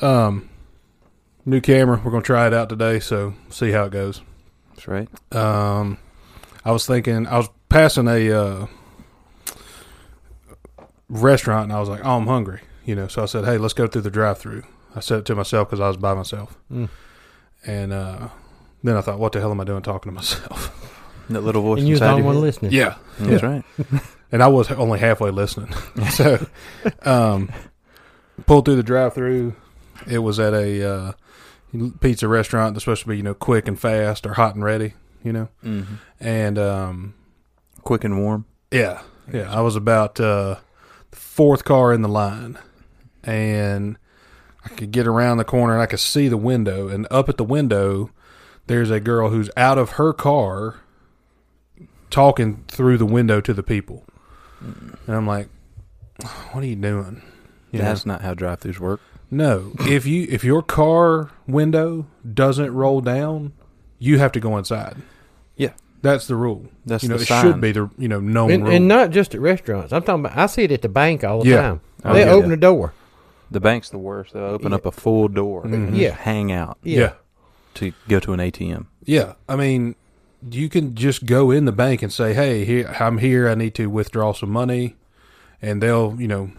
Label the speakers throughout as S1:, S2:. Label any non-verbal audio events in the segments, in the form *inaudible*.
S1: Um, new camera. We're gonna try it out today, so see how it goes.
S2: That's right.
S1: Um, I was thinking I was passing a uh, restaurant, and I was like, "Oh, I'm hungry," you know. So I said, "Hey, let's go through the drive-through." I said it to myself because I was by myself,
S2: Mm.
S1: and uh, then I thought, "What the hell am I doing talking to myself?"
S2: That little voice
S3: and you was the
S2: inside
S3: only
S2: your
S3: one
S2: head.
S3: listening.
S1: yeah,
S2: That's right.
S1: and I was only halfway listening. *laughs* so, um, pulled through the drive-through. It was at a uh, pizza restaurant that's supposed to be, you know, quick and fast or hot and ready, you know.
S2: Mm-hmm.
S1: And um,
S2: Quick and warm.
S1: yeah, yeah, I was about uh, the fourth car in the line, and I could get around the corner and I could see the window. And up at the window, there's a girl who's out of her car talking through the window to the people. And I'm like, what are you doing? You know?
S2: That's not how drive-throughs work.
S1: No, if you if your car window doesn't roll down, you have to go inside.
S2: Yeah.
S1: that's the rule.
S2: That's
S1: you know
S2: the
S1: it
S2: sign.
S1: should be the you know known
S3: And,
S1: rule.
S3: and not just at restaurants. I'm talking about. I see it at the bank all the
S1: Yeah.
S3: time.
S2: Oh,
S3: They
S2: yeah.
S3: open the door.
S2: The bank's the worst. They open
S3: Yeah.
S2: up a full door.
S1: Mhm.
S2: Just
S3: Yeah.
S2: Hang out
S1: yeah. yeah,
S2: to go to an ATM.
S1: I mean, you can just go in the bank and say, "Hey, here, I'm here. I need to withdraw some money," and they'll you know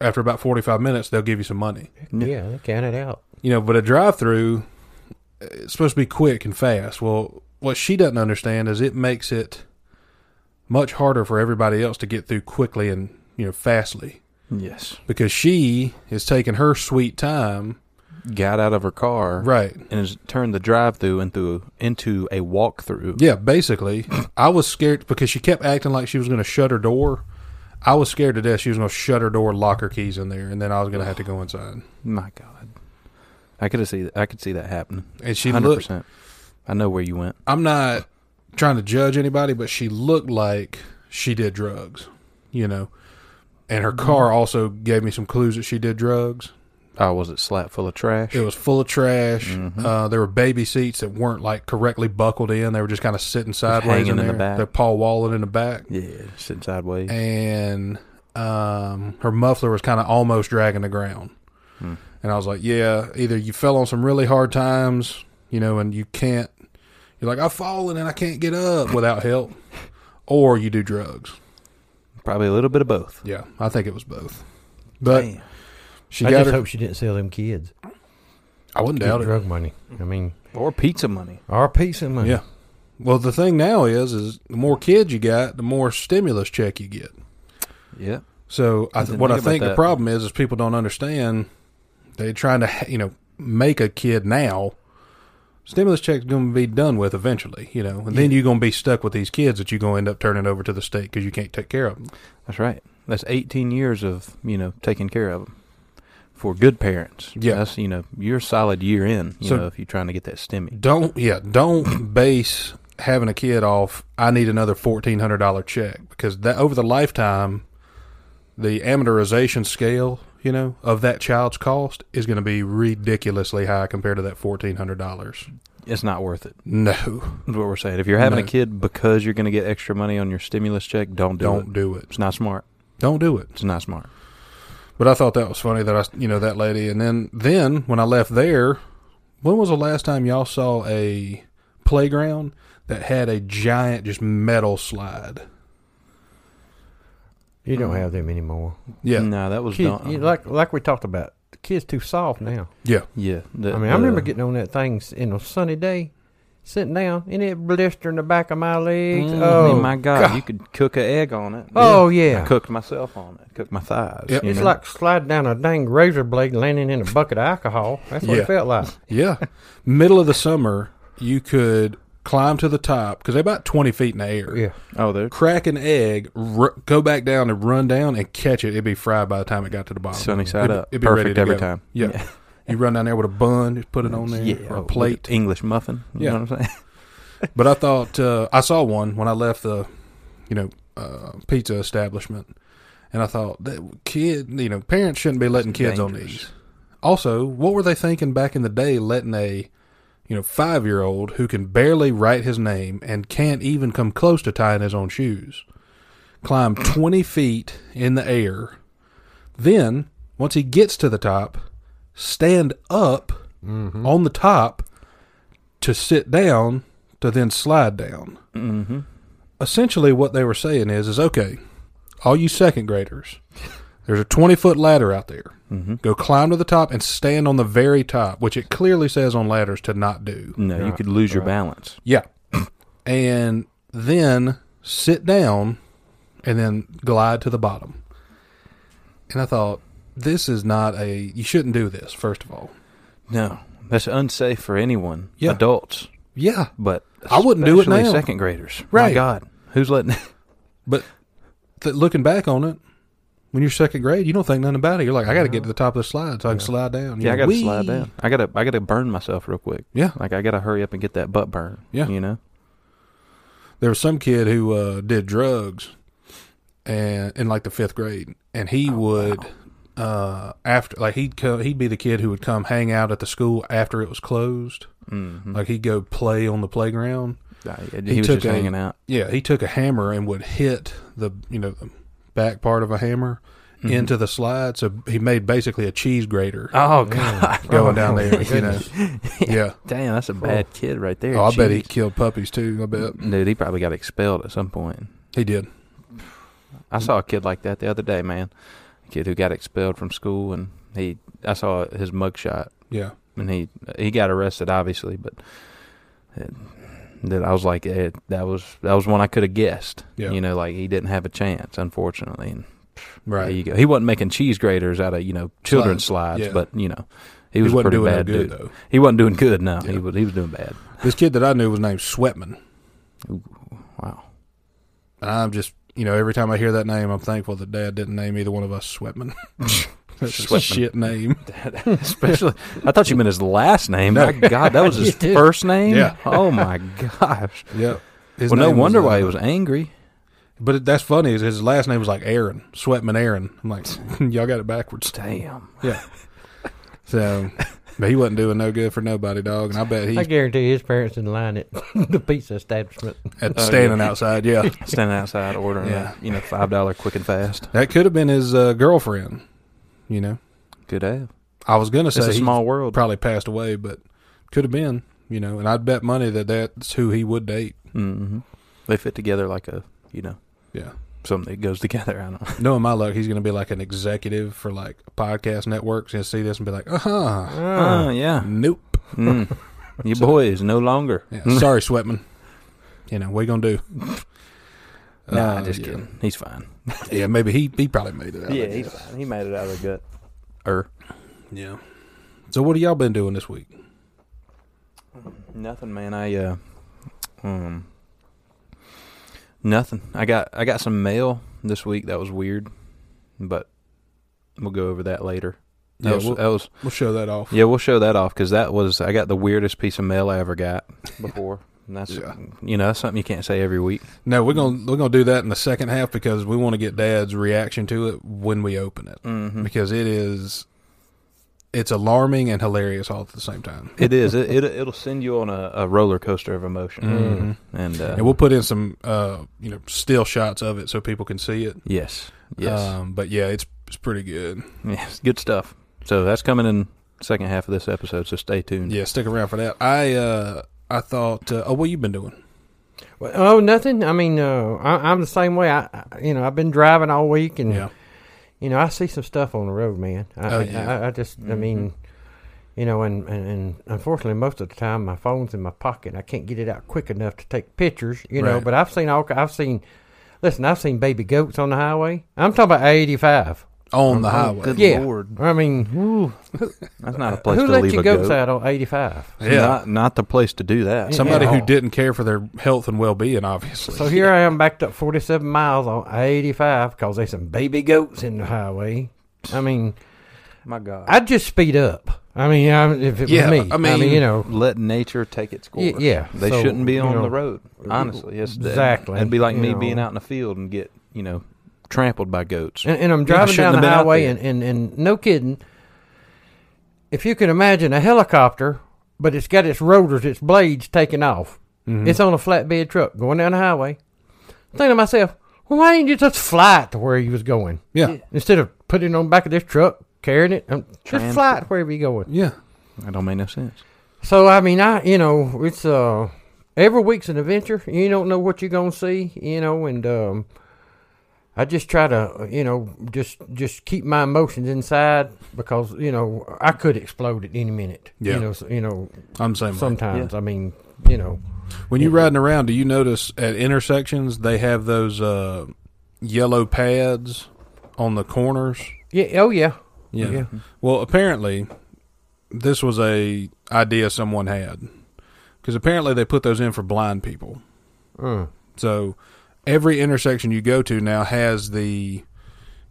S1: after about forty five minutes they'll give you some money.
S2: Yeah.
S3: Yeah, they count it out.
S1: you know, but a drive through it's supposed to be quick and fast. Well, what she doesn't understand is it makes it much harder for everybody else to get through quickly and, you know, fastly
S2: Yes.
S1: because she is taking her sweet time.
S2: Got out of her car
S1: Right.
S2: and has turned the drive-through into into a walk-through.
S1: Yeah, basically, I was scared because she kept acting like she was going to shut her door. I was scared to death she was going to shut her door, lock her keys in there, and then I was going to have to go inside.
S2: My God. I could see. I could see that happening.
S1: And she
S2: Hundred
S1: looked
S2: percent. I know where you went.
S1: I'm not trying to judge anybody, but she looked like she did drugs, you know. And
S2: Mm-hmm.
S1: her car also gave me some clues that she did drugs.
S2: I was it slap full of trash.
S1: It was full of trash.
S2: Mhm.
S1: Uh, there were baby seats that weren't like correctly buckled in. They were just kind of sitting sideways in
S2: hanging in
S1: there.
S2: the back.
S1: They're paw walling in the back,
S2: yeah, sitting sideways.
S1: and um, her muffler was kind of almost dragging the ground.
S2: Hmm.
S1: And I was like, "Yeah, either you fell on some really hard times, you know, and you can't. You're like, I've fallen and I can't get up without
S2: *laughs*
S1: help, or you do drugs."
S2: Probably a little bit of both.
S1: Yeah, I think it was both. But
S2: Damn.
S1: she
S3: I
S1: got
S3: just
S1: her.
S3: hope she didn't sell them kids
S1: I wouldn't
S3: Get
S1: doubt it.
S3: drug money. I mean,
S2: or pizza money.
S3: our piece of money.
S1: Yeah. Well, the thing now is, is the more kids you got, the more stimulus check you get.
S2: Yeah.
S1: So I
S2: I
S1: th-
S2: didn't
S1: what
S2: think
S1: I think
S2: about
S1: the
S2: that.
S1: problem is, is people don't understand. They're trying to, ha- you know, make a kid now. Stimulus check's going to be done with eventually, you know, and then you're going to be stuck with these kids that you're going to end up turning over to the state because you can't take care of them.
S2: That's right. That's 18 years of, you know, taking care of them for good parents.
S1: Yeah.
S2: That's, you know, you're a solid year in, you
S1: So-
S2: know, if you're trying to get that stimmy.
S1: Don't, yeah, don't *coughs* base having a kid off. I need another fourteen hundred dollar check because that over the lifetime, the amateurization scale, you know, of that child's cost is going to be ridiculously high compared to that fourteen hundred dollars.
S2: It's not worth it,
S1: No,
S2: is what we're saying. If you're having
S1: No.
S2: a kid because you're going to get extra money on your stimulus check, don't do
S1: don't
S2: it.
S1: do it.
S2: It's not smart.
S1: Don't do it.
S2: It's not smart.
S1: But I thought that was funny that I, you know, that lady. And then, then when I left there, when was the last time y'all saw a playground that had a giant just metal slide?
S3: You don't have them anymore.
S1: Yeah,
S2: No, that was
S3: Kids,
S2: dumb.
S3: you- like like we talked about, the kids too soft now.
S1: yeah,
S2: yeah. the-
S3: I mean, I remember
S2: the-
S3: getting on that thing s- in a sunny day, sitting down, and it blistering the back of my legs.
S1: Mm.
S2: I
S3: oh,
S2: mean, my God, you could cook an egg on it.
S3: oh
S2: I
S3: yeah.
S2: cooked myself on it. Cooked my thighs.
S1: Yep.
S2: you
S3: It's
S2: know?
S3: like sliding down a dang razor blade, landing in a bucket of alcohol. That's what
S1: Yeah.
S3: it felt like.
S1: *laughs* yeah. Middle of the summer, you could climb to the top because they're about twenty feet in the air.
S3: Yeah,
S2: oh, they're
S1: Crack an egg, r- go back down and run down and catch it. It'd be fried by the time it got to the bottom.
S2: sunny side
S1: It'd-
S2: up.
S1: it'd be ready
S2: Perfect
S1: to
S2: every
S1: go.
S2: time.
S1: Yeah. You run down there with a bun, just put it on there,
S2: *laughs* Yeah,
S1: or
S2: oh,
S1: a
S2: with
S1: plate.
S2: English muffin. You
S1: Yeah.
S2: know what I'm saying?
S1: *laughs* But I thought uh, I saw one when I left the, you know, uh, pizza establishment, and I thought that kid, you know, parents shouldn't be letting
S2: That's
S1: kids on
S2: dangerous.
S1: these. Also, what were they thinking back in the day letting a you know, five year old who can barely write his name and can't even come close to tying his own shoes, climb 20 feet in the air. Then, once he gets to the top, stand up on the top to sit down to then slide down.
S2: Mm-hmm.
S1: Essentially, what they were saying is, is okay, all you second graders, there's a 20 foot ladder out there
S2: Mm-hmm.
S1: go climb to the top and stand on the very top, which it clearly says on ladders to not do.
S2: No, you
S3: Right,
S2: could lose your
S3: right.
S2: balance.
S1: Yeah. *clears throat* and then sit down and then glide to the bottom. And I thought, this is not a, you shouldn't do this, first of all.
S2: No, that's unsafe for anyone.
S1: Yeah.
S2: Adults,
S1: Yeah.
S2: but
S1: I wouldn't do it
S2: especially
S1: now.
S2: Second graders,
S1: Right.
S2: My God, who's letting? *laughs*
S1: But th- looking back on it, when you're second grade, you don't think nothing about it. You're like, I got to get to the top of the slide so I can slide down.
S2: yeah, I
S1: You're
S2: gotta
S1: "Wee."
S2: slide down. I gotta, I gotta burn myself real quick.
S1: Yeah.
S2: Like I gotta hurry up and get that butt burn.
S1: Yeah.
S2: you know.
S1: there was some kid who uh, did drugs and in like the fifth grade and he
S2: Oh,
S1: would uh, after like he'd come, he'd be the kid who would come hang out at the school after it was closed
S2: Mm-hmm.
S1: like he'd go play on the playground
S2: he,
S1: he
S2: was
S1: took
S2: just
S1: a-
S2: hanging out
S1: yeah he took a hammer and would hit the you know the back part of a hammer
S2: Mhm.
S1: into the slide so he made basically a cheese grater
S2: *laughs* Oh God,
S1: going
S3: Oh,
S1: down
S3: my
S1: there you know
S3: goodness.
S1: yeah
S2: damn, that's a bad kid right there.
S1: oh, i bet he
S2: Jeez.
S1: killed puppies too i bet
S2: Dude, he probably got expelled at some point.
S1: he did
S2: I saw a kid like that the other day, man. A kid who got expelled from school, and he, I saw his mugshot,
S1: yeah
S2: and he he got arrested, obviously, but it, that I was like, eh, that was that was one I could have guessed.
S1: Yeah.
S2: You know, like he didn't have a chance, unfortunately. And
S1: right
S2: there you go. He wasn't making cheese graters out of you know children's
S1: Slides,
S2: slides,
S1: yeah.
S2: but you know, he was a
S1: wasn't
S2: pretty
S1: doing no
S2: bad
S1: good
S2: dude.
S1: though
S2: He wasn't doing good. No,
S1: Yeah.
S2: he was he was doing bad.
S1: this kid that i knew was named sweatman *laughs*
S2: Wow.
S1: And I'm just, you know, every time I hear that name, I'm thankful that Dad didn't name either one of us
S2: *laughs*
S1: Sweatman. That's a
S2: Sweatman.
S1: shit
S2: *laughs*
S1: name.
S2: Especially, I thought you meant his last name.
S1: *laughs* No.
S2: My God, that was his
S3: Dude.
S2: first name.
S1: Yeah.
S2: Oh my gosh.
S1: Yep. His
S2: well, no
S1: name was,
S2: wonder why
S1: uh,
S2: he was angry.
S1: But it, that's funny. Is his last name was like Aaron Sweatman Aaron. I'm like, *laughs* y'all got it backwards. *laughs*
S2: Damn.
S1: Yeah. So, but he wasn't doing no good for nobody, dog. And I bet
S3: *laughs* I
S1: he's
S3: guarantee his parents didn't line it. *laughs* the pizza establishment.
S1: at
S2: oh,
S1: standing outside.
S2: *laughs*
S1: Yeah,
S2: Standing outside ordering,
S1: Yeah.
S2: a, you know, five dollar quick and fast.
S1: that could have been his uh, girlfriend. You know,
S2: Good have.
S1: I was gonna
S2: It's
S1: say
S2: a
S1: he
S2: small world.
S1: probably passed away, but could have been. You know, and I'd bet money that that's who he would date.
S2: hmm They fit together like a, you know,
S1: Yeah.
S2: something that goes *laughs* together. I don't know.
S1: *laughs* Knowing my luck, he's going to be like an executive for like podcast networks. He'll see this and be like, uh huh.
S2: Ah, yeah.
S1: Nope.
S2: Mm. Your boy is no longer. Mm.
S1: Yeah, sorry, Sweatman. You know, what you going to do?
S2: *laughs* Nah,
S1: Uh,
S2: just
S1: yeah.
S2: kidding. He's fine.
S1: Yeah, maybe he, he probably made it out.
S2: Yeah,
S1: I
S2: he's
S1: guess.
S2: fine. He made it out of the gut. Er.
S1: Yeah. So, what have y'all been doing this week?
S2: Nothing, man. I uh, um, nothing. I got I got some mail this week that was weird, but we'll go over that later. That
S1: Yeah,
S2: was,
S1: we'll-
S2: that was
S1: We'll show that off.
S2: yeah. We'll show that off because that was I got the weirdest piece of mail I ever got before. And that's
S1: Yeah.
S2: you know that's something you can't say every week.
S1: No, we're going to we're gonna do that in the second half because we want to get Dad's reaction to it when we open it
S2: Mm-hmm.
S1: because it is. It's alarming and hilarious all at the same time.
S2: It is. It, it it'll send you on a, a roller coaster of emotion,
S1: Mhm.
S2: and, uh,
S1: And we'll put in some, uh, you know, still shots of it so people can see it.
S2: yes, yes,
S1: Um, but yeah, it's it's pretty good.
S2: yes, good stuff. So that's coming in second half of this episode. So stay tuned.
S1: Yeah, stick around for that. I uh I thought uh, oh what you been doing?
S3: Well, oh, nothing. I mean, uh, I, I'm the same way. I, I, you know, I've been driving all week, and
S1: Yeah.
S3: you know, I see some stuff on the road, man. I,
S1: Oh,
S3: I-
S1: yeah.
S3: I, I just, I mean, you know, and, and and unfortunately, most of the time, my phone's in my pocket. I can't get it out quick enough to take pictures, you know.
S1: Right.
S3: But I've seen all. I've seen. Listen, I've seen baby goats on the highway. I'm talking about 85.
S1: On the
S2: Oh,
S1: highway.
S2: good
S3: Yeah.
S2: lord,
S3: I mean, who
S2: that's not a place to
S3: let
S2: leave
S3: your
S2: a goat.
S3: goats out on 85?
S1: Yeah. Oh,
S2: not, not the place to do that.
S3: Some-
S1: Somebody
S3: Yeah.
S1: who didn't care for their health and well being, obviously.
S3: So here I am backed up 47 miles on 85 because there's some baby goats in the highway. I mean,
S2: my God,
S3: I'd just speed up. I mean, I, if it
S1: Yeah,
S3: was me,
S1: I
S3: I
S1: mean-
S3: mean, you know,
S2: let nature take its course.
S3: Y- yeah,
S2: they
S3: so,
S2: shouldn't be
S3: you
S2: on
S3: know,
S2: the road. Honestly, it's that-
S3: exactly,
S2: It'd be like
S3: you
S2: me
S3: know.
S2: being out in the field and get you know trampled by goats.
S3: and, and I'm
S2: Yeah, I
S3: driving
S2: shouldn't have
S3: down the
S2: been out
S3: highway,
S2: there.
S3: and, and, and no kidding, if you can imagine a helicopter, but it's got its rotors, its blades taken off.
S2: Mm-hmm.
S1: Mhm.
S3: It's on a flatbed truck going down the highway. Thinking to myself, well, why didn't you just fly it to where you was going
S1: yeah,
S3: instead of putting it on the back of this truck, carrying it, um,
S2: Trans-
S3: just fly it wherever you going.
S1: yeah.
S2: That don't make no sense.
S3: So I mean, I you know, it's uh every week's an adventure. You don't know what you're gonna see, you know, and um, I just try to you know just just keep my emotions inside because you know I could explode at any minute.
S1: Yeah.
S3: You know, so, you know,
S1: I'm the same. way.
S3: sometimes I mean, you know,
S1: When you're riding around, do you notice at intersections they have those uh, yellow pads on the corners?
S3: yeah, oh yeah,
S1: Yeah.
S3: yeah.
S1: Well, apparently, this was a idea someone had because apparently they put those in for blind people.
S3: Uh,
S1: So every intersection you go to now has the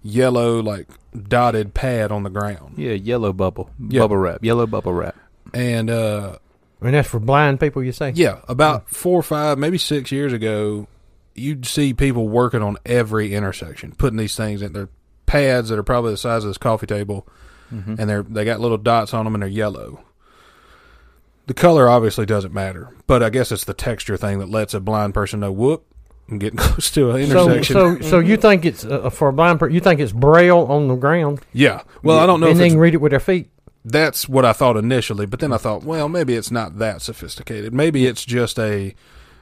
S1: yellow like dotted pad on the ground,
S2: Yeah, yellow bubble,
S1: Yeah.
S2: bubble wrap, yellow bubble wrap.
S1: and uh,
S3: and that's for blind people, you say?
S1: Yeah, about four or five, maybe six years ago, you'd see people working on every intersection, putting these things in their pads that are probably the size of this coffee table,
S3: Mm-hmm.
S2: Mhm.
S1: and they're they got little dots on them and they're yellow. The color obviously doesn't matter, but I guess it's the texture thing that lets a blind person know, whoop, I'm getting *laughs* close to an
S3: So,
S1: intersection.
S3: so, so you think it's uh, for a blind person? You think it's braille on the ground,
S1: yeah. Well, I don't know
S3: and
S1: if
S3: they
S1: it's
S3: can read it with their feet.
S1: that's what I thought initially, but then I thought, well, maybe it's not that sophisticated. Maybe it's just a,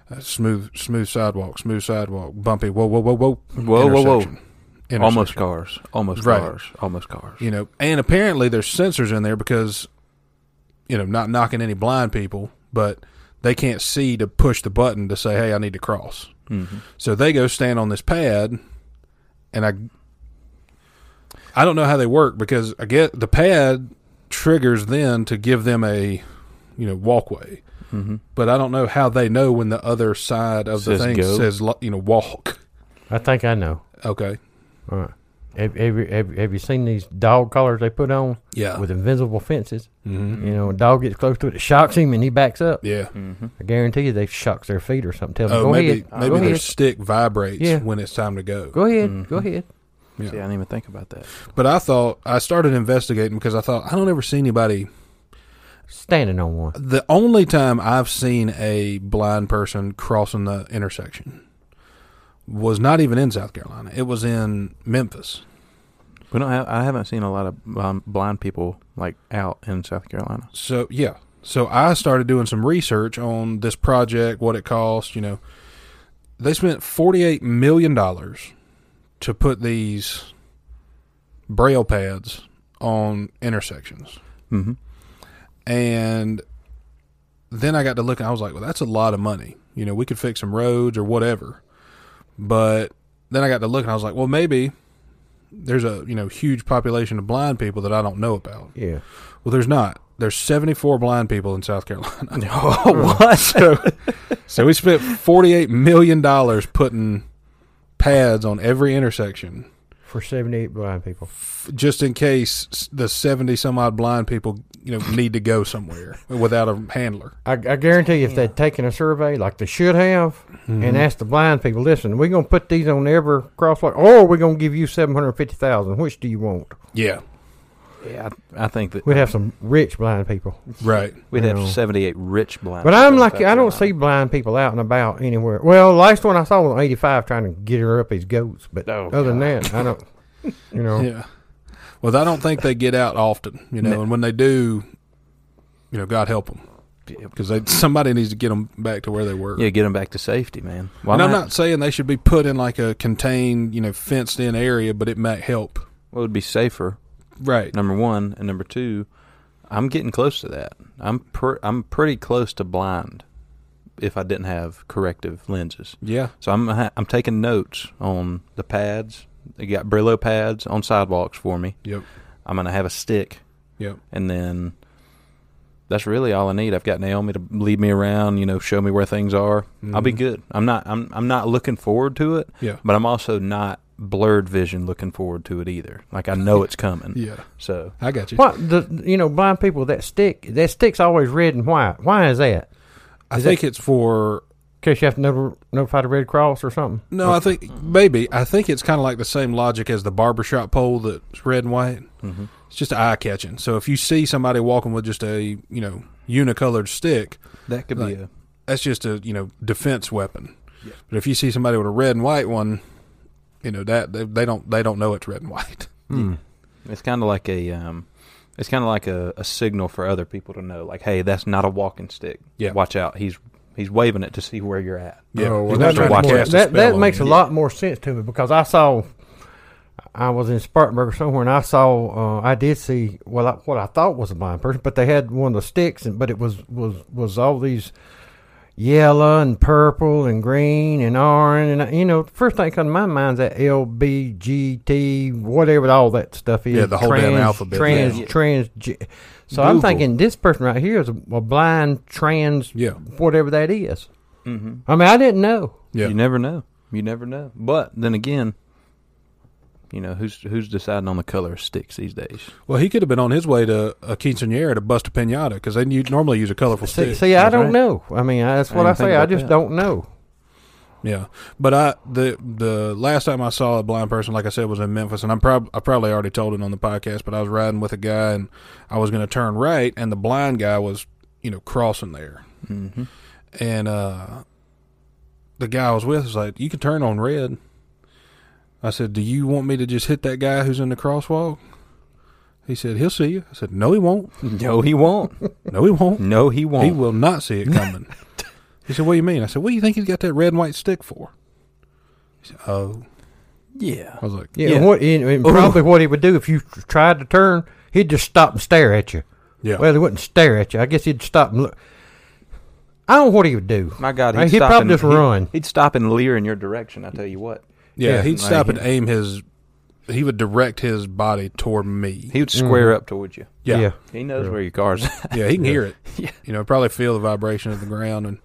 S1: a smooth, smooth sidewalk, smooth sidewalk, bumpy, whoa, whoa, whoa, whoa,
S2: Whoa, whoa, whoa.
S1: intersection. Intersection.
S2: Almost cars, almost
S1: Right.
S2: cars, almost cars.
S1: you know. And apparently, there's sensors in there because, you know, not knocking any blind people, but they can't see to push the button to say, hey, I need to cross.
S2: Mm-hmm.
S1: So they go stand on this pad, and I I don't know how they work because I get the pad triggers then to give them a you know walkway,
S2: Mm-hmm.
S1: but I don't know how they know when the other side of the
S2: Says
S1: thing
S2: go.
S1: says lo- you know walk.
S3: I think I know.
S1: Okay,
S3: All right. Have, have, you- have, have you seen these dog collars they put on
S1: yeah,
S3: with invisible fences?
S1: mm-hmm.
S3: You know, a dog gets close to it, it shocks him, and he backs up.
S1: yeah.
S2: Mm-hmm.
S3: I guarantee you, they shocks their feet or something. Tell them,
S1: Oh,
S3: go,
S1: maybe
S3: ahead.
S1: maybe Mm-hmm.
S3: go
S1: their
S3: ahead,
S1: stick vibrates
S3: Yeah.
S1: when it's time to go.
S3: go ahead,
S2: Mhm.
S3: go ahead.
S1: Yeah.
S2: See, I didn't even think about that.
S1: But I thought I started investigating because I thought I don't ever see anybody
S3: Standing on one.
S1: the only time I've seen a blind person crossing the intersection was not even in South Carolina. It was in Memphis.
S2: We don't have. I haven't seen a lot of um, blind people like out in South Carolina.
S1: So, yeah. So I started doing some research on this project, what it cost, you know. They spent $48 million to put these braille pads on intersections.
S2: Mm-hmm.
S1: And then I got to look and I was like, well, that's a lot of money. You know, we could fix some roads or whatever. But then I got to look and I was like, well, maybe there's a, you know, huge population of blind people that I don't know about.
S3: Yeah.
S1: Well, there's not. There's 74 blind people in South Carolina.
S2: *laughs* oh, what?
S1: *laughs* so, so we spent 48 million dollars putting pads on every intersection
S3: For 78 blind people.
S1: f- just in case s- the 70 some odd blind people, you know, need to go somewhere without a handler.
S3: I, I guarantee if they'd taken a survey like they should have
S1: Mhm.
S3: and asked the blind people, listen, we're going to put these on every crosswalk or we're going to give you 750000 Which do you want?
S1: Yeah,
S2: yeah, I, I think that
S3: We'd have some rich blind people.
S1: right.
S2: we'd have
S3: No.
S2: seventy-eight rich blind.
S3: But
S2: people
S3: I'm
S2: in
S3: like,
S2: South
S3: I don't
S2: Carolina.
S3: see blind people out and about anywhere. Well, last one I saw was 85 trying to get her up his goats. But
S2: Oh,
S3: other than that, I don't, you know.
S1: Yeah. Well, I don't think they get out often, you know,
S2: No.
S1: and when they do, you know, God help them because they somebody needs to get them back to where they were.
S2: Yeah, get them back to safety, man. Why
S1: and
S2: not?
S1: I'm not saying they should be put in like a contained, you know, fenced in area, but it might help.
S2: What would be safer?
S1: Right.
S2: Number one and number two, I'm getting close to that. I'm per, I'm pretty close to blind if I didn't have corrective lenses.
S1: Yeah.
S2: So I'm ha- I'm taking notes on the pads. They got Brillo pads on sidewalks for me.
S1: Yep.
S2: I'm gonna have a stick,
S1: Yep.
S2: and then that's really all I need. I've got Naomi to lead me around. You know, show me where things are. I'll be
S1: Mhm.
S2: good. I'm not I'm I'm not looking forward to it,
S1: Yeah.
S2: but I'm also not blurred vision looking forward to it either. Like I know it's coming.
S1: Yeah.
S2: So
S1: I got you.
S3: What, the, you know, blind people, that stick, that stick's always red and white. Why is that?
S1: I
S3: Is
S1: think it's for
S3: case you have to not- notify the Red Cross or something.
S1: No, I think maybe I think it's kind of like the same logic as the barbershop pole that's red and white.
S2: Mhm.
S1: It's just eye catching. So if you see somebody walking with just a you know unicolored stick,
S2: That could
S1: Like-
S2: be a
S1: that's just a you know defense weapon.
S2: Yeah.
S1: But if you see somebody with a red and white one, you know that they, they don't they don't know it's red and white. *laughs*
S3: Hmm.
S2: It's kind of like a, um, it's kind of like a, a signal for other people to know, like, hey, that's not a walking stick.
S1: Yeah.
S2: watch out. He's he's waving it to see where you're at.
S1: Yeah,
S3: Oh, well,
S1: he's
S2: not
S3: that
S2: trying
S3: makes,
S2: to
S1: watch
S3: more,
S1: cast a
S3: that,
S1: spell
S3: that
S1: on
S3: makes a
S1: you.
S3: lot more sense to me because I saw, I was in Spartanburg or somewhere, and I saw, uh, I did see, well, I, what I thought was a blind person, but they had one of the sticks, and but it was was was all these yellow and purple and green and orange, and you know, the first thing that comes to my mind is that LBGT, whatever all that stuff is.
S1: Yeah, the whole damn alphabet.
S3: Trans,
S2: Yeah.
S3: trans. So I'm
S2: Google.
S3: thinking this person right here is a, a blind trans,
S1: Yeah,
S3: whatever that is.
S2: Mm-hmm.
S3: I mean, I didn't know.
S1: yeah,
S2: You never know. You never know. But then again, you know who's who's deciding on the color of sticks these days?
S1: Well, he could have been on his way to a quinceanera to bust a pinata because they u- normally use a colorful
S3: See,
S1: stick.
S3: see I
S2: That's
S3: don't
S2: right.
S3: know. I mean, I- that's
S2: I
S3: what I,
S2: didn't think
S3: say. I
S2: about
S3: just
S2: that.
S3: don't know.
S1: Yeah, but I the the last time I saw a blind person, like I said, was in Memphis, and I'm prob- I probably already told it on the podcast, but I was riding with a guy and I was going to turn right, and the blind guy was you know crossing there,
S2: Mm-hmm.
S1: and uh, the guy I was with was like, "You can turn on red." I said, "Do you want me to just hit that guy who's in the crosswalk?" He said, "He'll see you." I said, "No, he won't.
S2: *laughs* No, he won't.
S1: No, he won't.
S2: No, he won't.
S1: He will not see it
S2: *laughs*
S1: coming. he said, What do you mean? I said, What do you think he's got that red and white stick for? He said, Oh.
S2: Yeah.
S1: I was like,
S3: Yeah,
S2: Yeah. Oh.
S3: and What, and, and
S2: Ooh.
S3: probably what he would do if you tr- tried to turn, he'd just stop and stare at you.
S1: Yeah.
S3: Well, he wouldn't stare at you. I guess he'd stop and look. I don't know what he would do.
S2: My God,
S3: He'd
S2: stop
S3: probably
S2: and-
S3: just
S2: he'd-
S3: run.
S2: He'd stop and leer in your direction. I tell you what,
S1: yeah,
S3: yeah,
S1: he'd
S2: like
S1: stop and
S2: him.
S1: aim his, he would direct his body toward me.
S2: he would
S3: Mm-hmm.
S2: square up towards you.
S1: yeah. Yeah,
S2: He knows
S3: Yeah.
S2: where your car's *laughs* at.
S1: he can
S3: Yeah.
S1: hear it.
S2: Yeah.
S1: You know, probably feel the vibration of the ground. And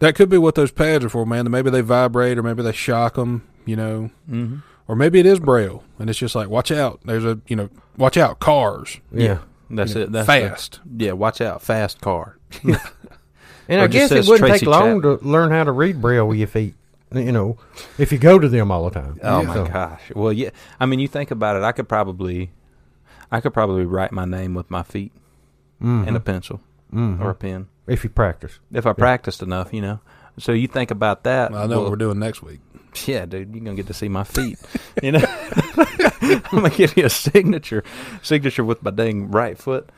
S1: that could be what those pads are for, man. Maybe they vibrate or maybe they shock them, you know.
S2: Mm-hmm.
S1: Or maybe it is braille and it's just like, watch out. There's a, you know, watch out, cars.
S3: Yeah.
S2: That's
S1: you know,
S2: it. That's the-
S1: fast.
S2: yeah, watch out, fast car.
S3: And
S2: Or
S3: I
S2: just
S3: guess it
S2: says
S3: wouldn't
S2: Tracy
S3: take long to learn how to read Braille with your feet, you know, if you go to them all the time.
S2: Oh
S1: Yeah.
S2: my
S3: So-
S2: gosh. Well, yeah. I mean, you think about it. I could probably, I could probably write my name with my feet
S3: Mhm.
S1: Mm-hmm.
S2: and a pencil
S3: Mhm.
S2: or a pen
S3: if you practice.
S2: if I practiced enough, you know. So you think about that.
S1: I know
S2: well,
S1: what we're doing next week.
S2: *laughs* Yeah, dude, you're gonna get to see my feet. *laughs* You know, I'm gonna give you a signature, signature with my dang right foot.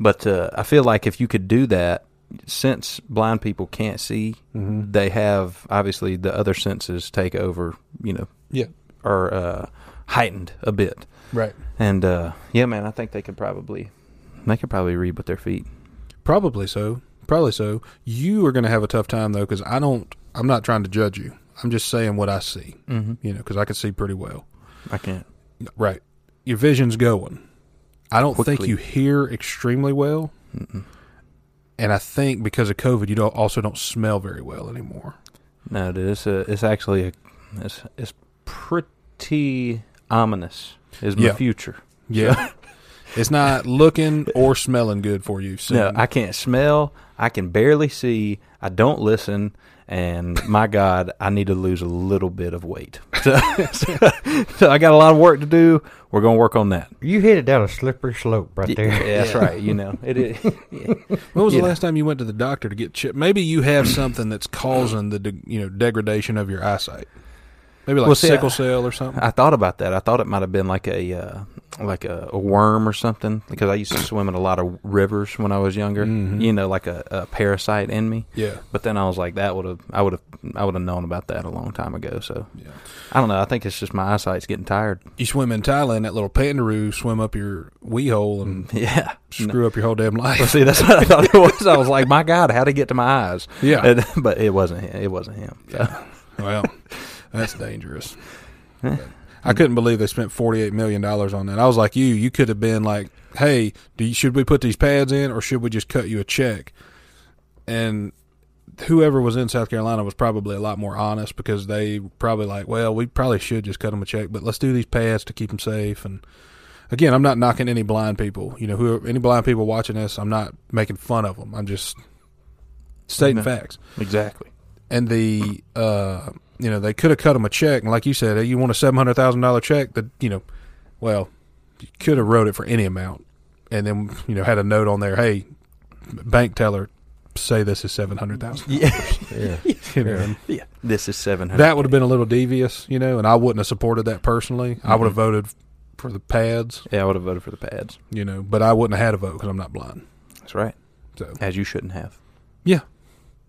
S2: But uh, I feel like if you could do that, since blind people can't see,
S1: Mhm.
S2: they have obviously the other senses take over. You know,
S1: Yeah.
S2: are uh, heightened a bit.
S1: Right.
S2: And uh, yeah, man, I think they could probably they could probably read with their feet.
S1: Probably so. Probably so. You are going to have a tough time though, because I don't. I'm not trying to judge you. I'm just saying what I see.
S2: Mm-hmm.
S1: You know, because I can see pretty well.
S2: I can't.
S1: Right. Your vision's going. I don't think
S2: Quickly.
S1: you hear extremely well,
S2: Mm-mm.
S1: and I think because of COVID, you don't also don't smell very well anymore.
S2: No, dude, it's a, it's actually a, it's it's pretty ominous. Is my
S1: Yeah.
S2: future?
S1: Yeah. it's not looking or smelling good for you. soon.
S2: No, I can't smell. I can barely see. I don't listen. And my God, I need to lose a little bit of weight. *laughs* So, so, so I got a lot of work to do. We're gonna work on that.
S3: You hit it down a slippery slope right there.
S2: Yeah, that's right. You know, it is. yeah.
S1: When was
S2: Yeah.
S1: the last time you went to the doctor to get checked? Maybe you have something that's causing the de- you know degradation of your eyesight. Maybe like
S2: Well, see, I-
S1: sickle cell or something.
S2: I thought about that. I thought it might have been like a uh, like a, a worm or something because I used to swim in a lot of rivers when I was younger.
S1: Mhm.
S2: You know, like a, a parasite in me.
S1: yeah.
S2: But then I was like, that would have I would have I would have known about that a long time ago. So
S1: Yeah.
S2: I don't know. I think it's just my eyesight's getting tired. *laughs*
S1: You swim in Thailand, that little pandaroo swim up your wee hole and
S2: Yeah.
S1: screw up your whole damn
S2: Mm, Well,
S1: life.
S2: see, that's what I thought it was. I was like, my God, how to get to my eyes?
S1: *laughs* yeah.
S2: And- *laughs* but it wasn't. Him. It wasn't him. So,
S1: well, that's dangerous.
S2: Eh.
S1: But I couldn't believe they spent forty eight million dollars on that. I was like, you, you could have been like, hey, do you, should we put these pads in or should we just cut you a check? And whoever was in South Carolina was probably a lot more honest because they probably like, well, we probably should just cut them a check, but let's do these pads to keep them safe. And again, I'm not knocking any blind people. You know, who any blind people watching this, I'm not making fun of them. I'm just stating
S2: No.
S1: facts
S2: Exactly.
S1: and the uh, you know they could have cut him a check, and like you said, you want a seven hundred thousand dollar check that you know, well, you could have wrote it for any amount, and then you know had a note on there, hey, bank teller, say this is seven hundred
S2: *laughs*
S1: thousand.
S2: *laughs* Yeah,
S3: Yeah.
S1: You know,
S3: Yeah.
S1: and
S2: yeah. This is seven hundred.
S1: that would have been a little devious, you know, and I wouldn't have supported that personally. I would have
S2: Mm-hmm.
S1: voted for the pads,
S2: Yeah, I would have voted for the pads.
S1: you know, but I wouldn't have had a vote because I'm not blind.
S2: That's right.
S1: So
S2: As you shouldn't have.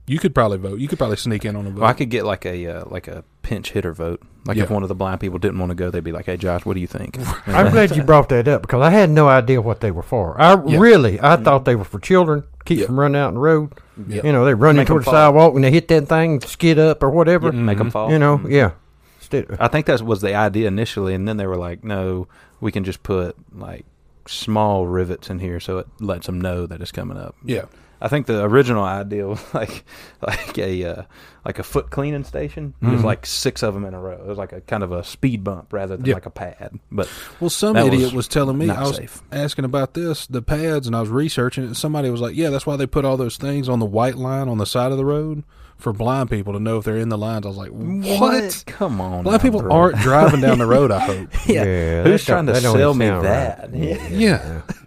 S1: you could probably vote. You could probably sneak in on a vote.
S2: Well, I could get like a uh, like a pinch hitter vote. Like if
S1: Yeah.
S2: one of the blind people didn't want to go, they'd be like, "Hey, Josh, what do you think?"
S3: I'm glad you brought that up because I had no idea what they were for. I
S1: Yeah.
S3: really,
S2: Mm-hmm.
S3: I thought they were for children, keep
S1: Yeah.
S3: from running out in the road.
S1: Yeah.
S3: You know, they run
S2: Make 'em
S3: toward the
S2: fall.
S3: sidewalk and they hit that thing, skid up or whatever.
S2: Make them
S1: Mhm.
S2: fall.
S3: You know,
S2: Mm.
S3: yeah. uh, Instead-
S2: I think that was the idea initially, and then they were like, "No, we can just put like small rivets in here, so it lets them know that it's coming up."
S1: yeah.
S2: I think the original idea *laughs* was like like a uh, like a foot cleaning station. There's
S1: Mhm.
S2: like six of them in a row. It was like a kind of a speed bump rather than
S1: Yeah.
S2: like a pad. But
S1: Well, some
S2: That
S1: idiot
S2: was
S1: was, telling me
S2: not
S1: I was
S2: safe.
S1: asking about this, the pads, and I was researching it. And somebody was like, "Yeah, that's why they put all those things on the white line on the side of the road for blind people to know if they're in the lines." I was like, "What?
S2: Come on,
S1: Blind
S2: now,
S1: people
S2: bro.
S1: aren't driving down the road." I hope.
S2: Yeah.
S3: Yeah,
S2: Who's
S3: that don't-
S2: trying to
S3: that don't
S2: sell
S3: even
S2: me
S3: sound
S2: that?
S3: right.
S2: Yeah.
S1: Yeah.
S2: *laughs*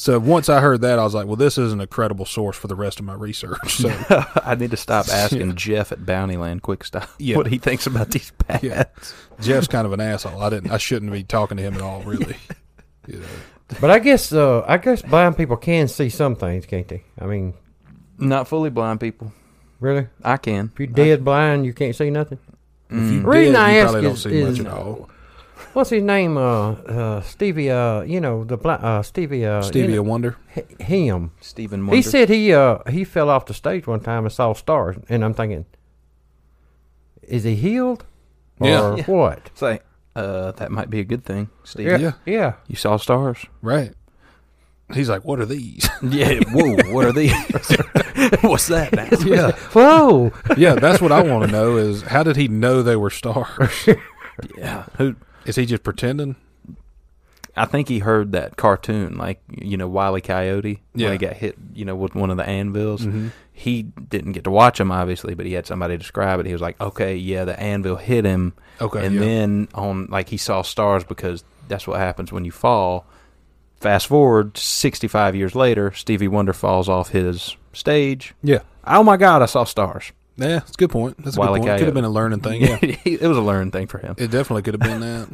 S1: So once I heard that, I was like, "Well, this isn't a credible source for the rest of my research." So
S2: *laughs* I need to stop asking Jeff at Bountyland Quick Stop *laughs*
S1: Yeah.
S2: what he thinks about these pads.
S1: Yeah. Jeff's kind of an asshole. I didn't. I shouldn't be talking to him at all, really. You know.
S3: But I guess, uh, I guess blind people can see some things, can't they? I mean,
S2: Not fully blind people.
S3: really?
S2: I can.
S3: If you're dead blind, you can't see nothing.
S1: If
S2: Mm.
S1: you
S3: The reason
S1: did,
S3: I
S1: you
S3: ask
S1: probably don't
S3: is-
S1: see
S3: is-
S1: much at all.
S3: What's his name? Uh, uh, Stevie. Uh, you know the blind. Uh, Stevie. Uh, you
S1: Stevie
S3: know,
S1: Wonder.
S3: h- him.
S2: Stephen Wonder.
S3: He said he uh he fell off the stage one time and saw stars, and I'm thinking, is he healed?
S1: Yeah.
S3: Or
S2: Yeah.
S3: what?
S2: It's like, uh, that might be a good thing, Steve.
S1: Yeah.
S3: Yeah.
S2: You saw stars.
S1: Right. He's like, "What are these?"
S2: Yeah. Whoa. What are these? What's that now?
S1: yeah.
S3: Whoa.
S1: yeah, that's what I want to know is how did he know they were stars?
S2: Yeah. Who?
S1: Is he just pretending?
S2: I think he heard that cartoon, like you know Wiley Coyote,
S1: Yeah.
S2: when he got hit, you know, with one of the anvils.
S1: Mhm.
S2: He didn't get to watch him, obviously, but he had somebody describe it. He was like, "Okay, yeah, the anvil hit him,
S1: Okay.
S2: and
S1: yeah.
S2: then on like he saw stars because that's what happens when you fall." Fast forward sixty five years later, Stevie Wonder falls off his stage.
S1: yeah.
S2: Oh my God, I saw stars.
S1: Yeah, it's a good point. That's a
S2: Wile
S1: good
S2: E.
S1: point. Could
S2: Coyote.
S1: have been a learning thing. Yeah.
S2: *laughs* it was a learned thing for him.
S1: it definitely could have been that.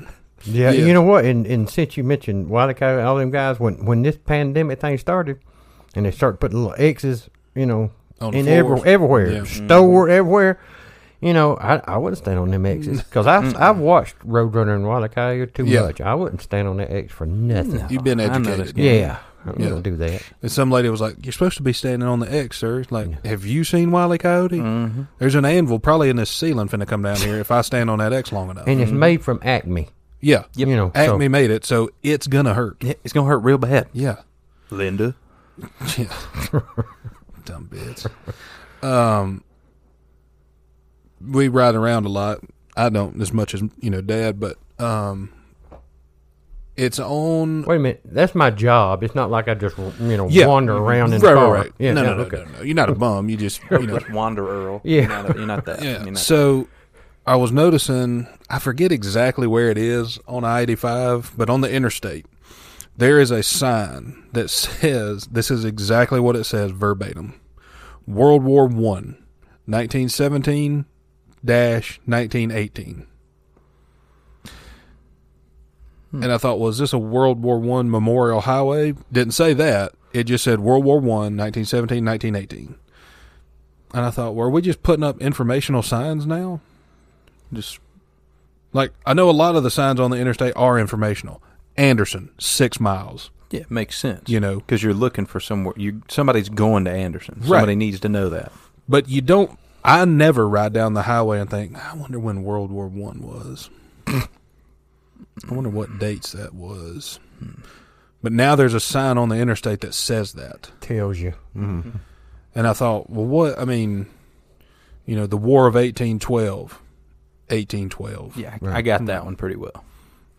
S3: Yeah.
S1: Yeah.
S3: You know what? And and since you mentioned Wildico and all them guys, when when this pandemic thing started, and they started putting little X's, you know,
S1: On the
S3: in
S1: floor.
S3: every, everywhere,
S1: Yeah.
S3: store everywhere. You know, I, I wouldn't stand on them X's because I've, I've watched Roadrunner and Wile E. Coyote too
S1: Mm. Yeah.
S3: much. I wouldn't stand on that X for nothing.
S2: No,
S1: You've been
S2: I know
S1: educated.
S2: this game.
S3: Yeah, I'm
S1: Yeah.
S3: gonna do that.
S1: And some lady was like, You're supposed to be standing on the X, sir. It's Like, have you seen Wile E. Coyote?
S2: Mhm.
S1: There's an anvil probably in this ceiling finna come down here if I stand on that X long enough.
S3: And it's made from Acme.
S1: yeah.
S2: Yep.
S3: You know, so-
S1: Acme made it, so it's gonna hurt.
S2: Yeah, It's gonna hurt real bad,
S1: Yeah.
S2: Linda.
S1: Yeah. *laughs* Dumb bitch. Um, we ride around a lot. I don't as much as you know, Dad, but um, it's on.
S3: Wait a minute, that's my job. It's not like I just you know
S1: Yeah. Mm-hmm.
S3: wander around in
S1: right,
S3: the car.
S1: right, right.
S3: Yeah,
S1: no,
S3: yeah,
S1: no, no,
S3: okay.
S1: no, no. You're not a bum. You just you know.
S2: Just Wander Earl.
S3: Yeah.
S2: You're not, you're not that. You're
S1: Yeah.
S2: not
S1: So I was noticing. I forget exactly where it is on I eighty five, but on the interstate. There is a sign that says this is exactly what it says verbatim. World War One, 1917 dash 1918. And I thought, was this a World War One memorial highway? Didn't say that. It just said World War One, 1917, 1918. And I thought, were we just putting up informational signs now? Just like I know a lot of the signs on the interstate are informational. Anderson, six miles.
S2: Yeah, it makes sense.
S1: You know.
S2: because you're looking for somewhere. You somebody's going to Anderson.
S1: Right.
S2: Somebody needs to know that.
S1: But you don't. I never ride down the highway and think, I wonder when World War One was. I wonder what dates that was. But now there's a sign on the interstate that says that,
S3: Tells you. Mm.
S1: and I thought, well, what? I mean, you know, the War of eighteen twelve. 1812.
S2: Yeah,
S3: Right.
S2: I got that one pretty well.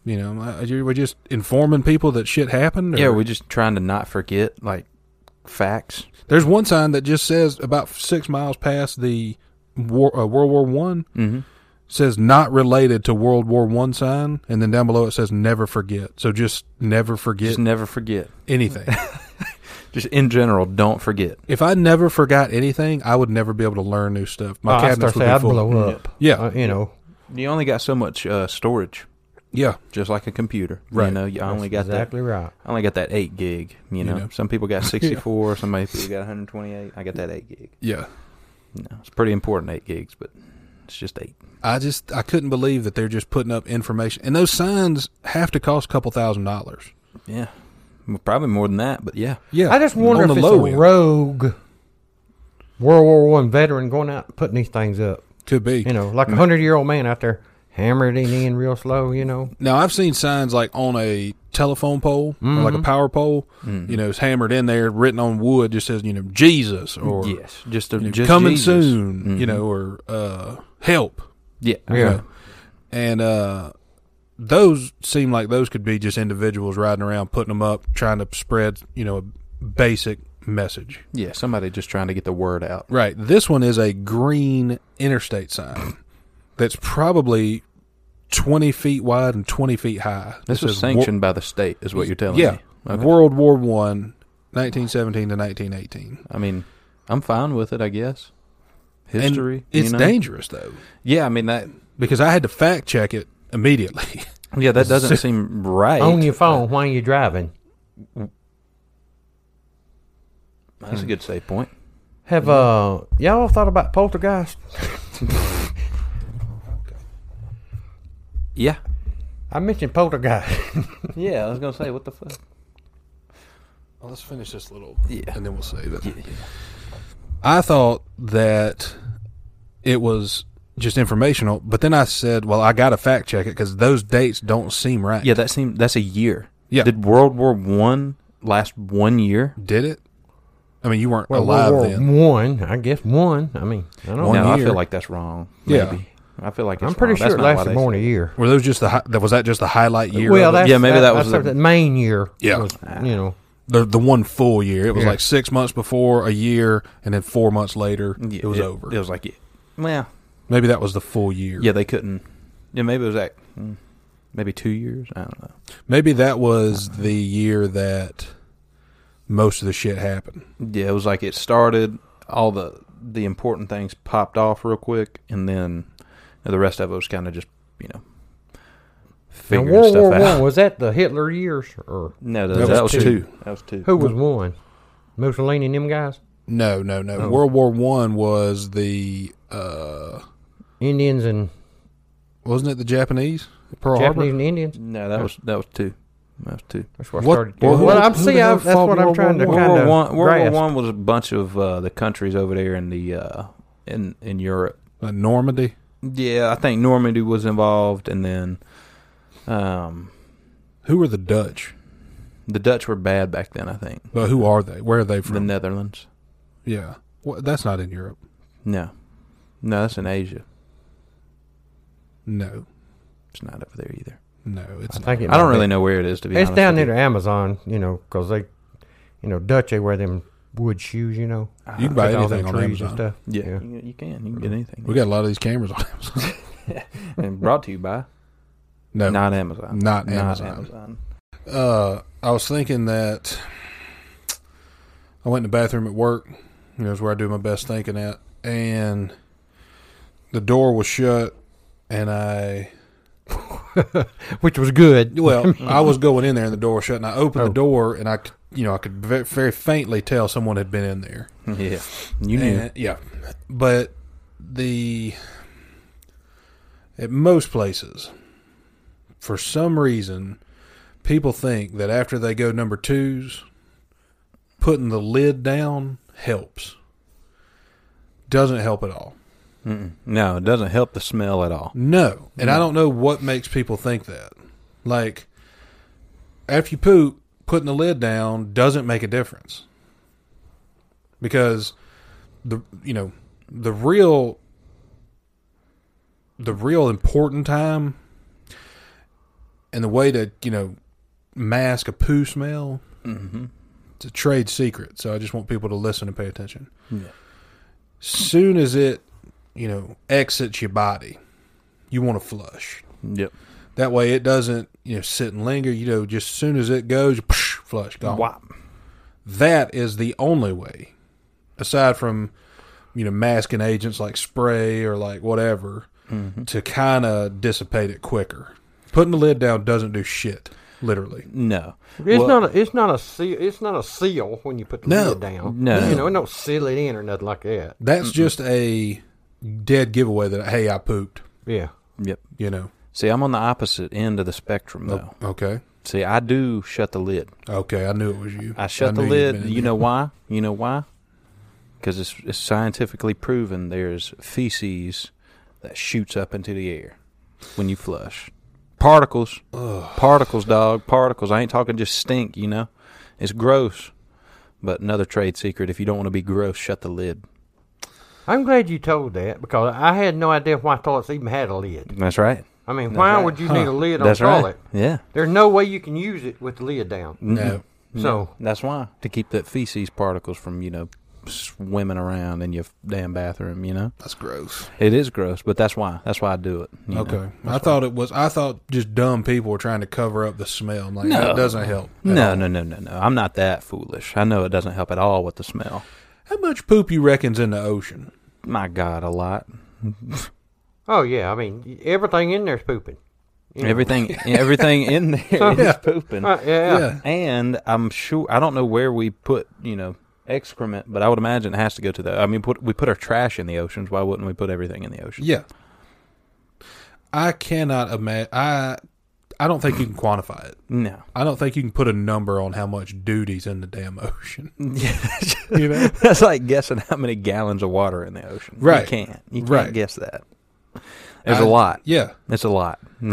S1: You know, I- you were just informing people that shit happened. or-
S2: Yeah, we're just trying to not forget like facts.
S1: There's one sign that just says about six miles past the War, uh, World War One
S2: Mm-hmm.
S1: says not related to World War One sign, and then down below it says never forget. So just never forget
S2: Just never forget.
S3: *laughs*
S1: anything.
S2: Just in general, don't forget.
S1: if I never forgot anything, I would never be able to learn new stuff. My
S3: Oh, I start
S1: cabinets would
S3: saying
S1: be
S3: I'd
S1: full.
S3: blow up.
S1: Yeah,
S3: Uh, you know,
S2: You only got so much uh, storage,
S1: yeah.
S2: just like a computer. You
S1: Right.
S2: know, you I only got
S3: that's exactly right.
S2: that. I only got that eight gig. You
S1: You
S2: know,
S1: know. *laughs*
S2: some people got sixty-four. Some people got one hundred twenty-eight. I got that eight gig.
S1: Yeah.
S2: No, it's pretty important eight gigs, but it's just eight.
S1: I just I couldn't believe that they're just putting up information, and those signs have to cost a couple thousand dollars.
S2: Yeah, Well, probably more than that, but yeah.
S1: Yeah,
S3: I just wonder
S1: on
S3: if
S1: the
S3: it's
S1: low
S3: a
S1: end.
S3: rogue World War One veteran going out and putting these things up.
S1: could be.
S3: You know,
S1: Mm.
S3: like a hundred year old man out there hammering it in real slow. You know,
S1: Now I've seen signs like on a telephone pole or
S2: Mm-hmm.
S1: like a power pole. You know, it's hammered in there, written on wood, just says you know Jesus or
S2: yes, just, a,
S1: you know,
S2: just
S1: coming
S2: Jesus.
S1: soon, you
S2: Mhm.
S1: know, or uh, help.
S2: Yeah, Uh-huh.
S1: you know. and uh, those seem like those could be just individuals riding around putting them up, trying to spread you know a basic message.
S2: yeah. Somebody just trying to get the word out.
S1: Right. This one is a green interstate sign that's probably 20 feet wide and 20 feet high.
S2: This
S1: It
S2: was
S1: says
S2: sanctioned by the state, is what you're
S1: Wor-
S2: telling
S1: yeah.
S2: me. Okay.
S1: World War One, 1917 to 1918.
S2: I mean, I'm fine with it, I guess.
S1: And
S2: History.
S1: it's
S2: you know?
S1: dangerous, though,
S2: Yeah, I mean that.
S1: because I had to fact check it immediately. *laughs*
S2: Yeah, that doesn't seem right.
S3: on your phone while you're driving.
S2: That's a good save point.
S3: Have uh
S1: Mm-hmm.
S3: y'all thought about poltergeist?
S2: Yeah.
S3: I mentioned poltergeist.
S2: Yeah, I was gonna say what the fuck.
S1: Well, let's finish this little,
S2: Yeah.
S1: and then we'll save it. I thought that it was just informational, but then I said, well, I got to fact check it because those dates don't seem right.
S2: Yeah, that seemed that's a year.
S1: Yeah.
S2: Did World War One last one year?
S1: Did it? I mean, you weren't
S3: Well,
S1: alive
S3: World War
S1: then.
S3: One, I guess one. I mean, I don't.
S2: No,
S1: One
S3: know.
S2: I
S1: year.
S2: feel like that's wrong.
S1: Yeah.
S2: Maybe. I feel like it's
S3: I'm pretty
S2: wrong. That's
S3: sure it
S2: not why
S3: lasted
S2: they
S3: more
S2: said-
S3: than a year.
S1: Were those just the hi- that was that just the highlight year?
S3: Well,
S1: of it?
S3: that's,
S2: Yeah, maybe that was
S3: that's
S2: the-
S3: the main year.
S1: Yeah.
S3: was, you know,
S1: the the one full year. It was
S3: Yeah.
S1: like six months before, a year, and then four months later,
S2: Yeah,
S1: it was over.
S2: It was like, yeah. well,
S1: Maybe that was the full year.
S2: yeah, they couldn't. Yeah, maybe it was like mm, maybe two years. I don't know.
S1: Maybe that was the year that most of the shit happened.
S2: Yeah, it was like it started. All the the important things popped off real quick, and then the rest of it was kind of just you know
S3: and
S2: figuring
S3: World
S2: stuff
S3: War
S2: out.
S3: One was that the Hitler years or
S2: No, that,
S1: That
S2: that
S1: was
S2: was,
S1: two.
S2: two. That was two.
S3: who was one? Mussolini and them guys,
S1: No, no, no.
S2: Oh.
S1: World War One was the uh,
S3: Indians and
S1: wasn't it the Japanese Pearl
S3: Japanese
S1: Harbor?
S3: and Indians.
S2: No, that was that was two. That was two.
S3: That's where I
S1: What-
S3: started.
S1: what-
S3: well, I'm
S1: who
S3: see.
S1: the
S3: I,
S1: hell
S3: that's
S1: fought
S3: what I'm
S1: World
S3: trying to
S1: War
S2: World
S3: kind
S2: War
S3: of
S2: One. World War
S3: grasp.
S2: One was a bunch of uh, the countries over there in the uh, in in Europe.
S1: Uh, Normandy.
S2: Yeah, I think Normandy was involved, and then um,
S1: Who were the Dutch?
S2: the Dutch were bad back then. I think
S1: But who are they? Where are they
S2: the
S1: from?
S2: Netherlands.
S1: yeah, well, that's not in Europe.
S2: No, no, that's in Asia.
S1: No,
S2: It's not over there either.
S1: no, it's
S3: I
S1: not.
S3: think it
S2: I don't
S3: might be.
S2: really know where it is to be.
S3: It's
S2: honest
S3: down near
S2: with
S3: the Amazon, you know, 'cause they, you know, Dutch they wear them wood shoes, you know.
S1: You can buy
S3: with all them
S1: anything on
S3: trees and
S1: Amazon.
S3: stuff.
S2: you. Uh, Yeah, You, you can. You can get anything.
S1: We got a lot of these cameras on Amazon. *laughs*
S2: and brought to you by
S1: No,
S2: not Amazon.
S1: Not Amazon. Uh, I was thinking that I went in the bathroom at work. You know, is where I do my best thinking at, and the door was shut, and I
S3: Which was good.
S1: well, I was going in there, and the door was shut, and I opened
S3: Oh.
S1: the door, and I c- you know I could ve- very faintly tell someone had been in there.
S2: *laughs* Yeah, you knew.
S1: And- yeah, but the at most places, for some reason, people think that after they go number twos, putting the lid down helps. Doesn't help at all.
S2: Mm-mm. No, it doesn't help the smell at all.
S1: No, and I don't know what makes people think that. Like, after you poop, putting the lid down doesn't make a difference because the you know the real the real important time and the way to you know mask a poo smell
S2: Mm-hmm.
S1: it's a trade secret so i just want people to listen and pay attention
S2: Yeah.
S1: soon as it you know, exits your body, you want to flush.
S2: Yep.
S1: That way it doesn't, you know, sit and linger. You know, just as soon as it goes, psh, flush, gone.
S2: Wop.
S1: That is the only way, aside from, you know, masking agents like spray or like whatever,
S2: Mm-hmm.
S1: to kind of dissipate it quicker. Putting the lid down doesn't do shit, literally.
S2: No.
S3: It's
S2: Well,
S3: not a it's not a seal it's not a seal when you put the
S1: No.
S3: lid down.
S2: No.
S3: You know, it don't seal it in or nothing like that.
S1: That's just a dead giveaway that, hey, I pooped,
S3: Yeah.
S2: Yep.
S1: you know.
S2: See, I'm on the opposite end of the spectrum, though.
S1: Okay.
S2: See, I do shut the lid.
S1: Okay. I knew it was you.
S2: I shut the
S1: knew you'd been
S2: lid.
S1: in
S2: You
S1: there.
S2: know why? You know why? Because it's, it's scientifically proven there's feces that shoots up into the air when you flush. Particles, particles, dog, particles. I ain't talking just stink. You know, it's gross. But another trade secret: if you don't want to be gross, shut the lid.
S3: I'm glad you told that because I had no idea why toilets even had a lid.
S2: That's right.
S3: I mean, why
S2: right.
S3: would you need a lid on
S2: That's
S3: a toilet?
S2: right. Yeah.
S3: There's no way you can use it with the lid down.
S1: No.
S3: So
S2: That's why to keep that feces particles from you know swimming around in your damn bathroom. You know,
S1: That's gross.
S2: it is gross, but that's why that's why I do it. you know.
S1: Okay. I thought it was, I thought just dumb people were trying to cover up the smell. I'm like,
S2: No.
S1: that doesn't help. at
S2: No,
S1: all.
S2: no, no, no, no. I'm not that foolish. I know it doesn't help at all with the smell.
S1: How much poop you reckon's in the ocean?
S2: My God, a lot.
S3: Oh yeah, I mean everything in there's pooping.
S2: Mm.
S3: Yeah.
S2: *laughs* Everything, everything in there is pooping.
S3: Uh, yeah,
S1: Yeah.
S2: And I'm sure I don't know where we put you know excrement, but I would imagine it has to go to the. I mean, put, we put our trash in the oceans. Why wouldn't we put everything in the ocean?
S1: Yeah. I cannot imagine. I, I don't think you can quantify it.
S2: No.
S1: I don't think you can put a number on how much duty's in the damn
S2: *laughs*
S1: ocean. you know?
S2: That's like guessing how many gallons of water in the ocean.
S1: Right.
S2: You can't. You can't
S1: Right.
S2: guess that. There's
S1: a
S2: a lot.
S1: Yeah.
S2: It's a lot. *laughs*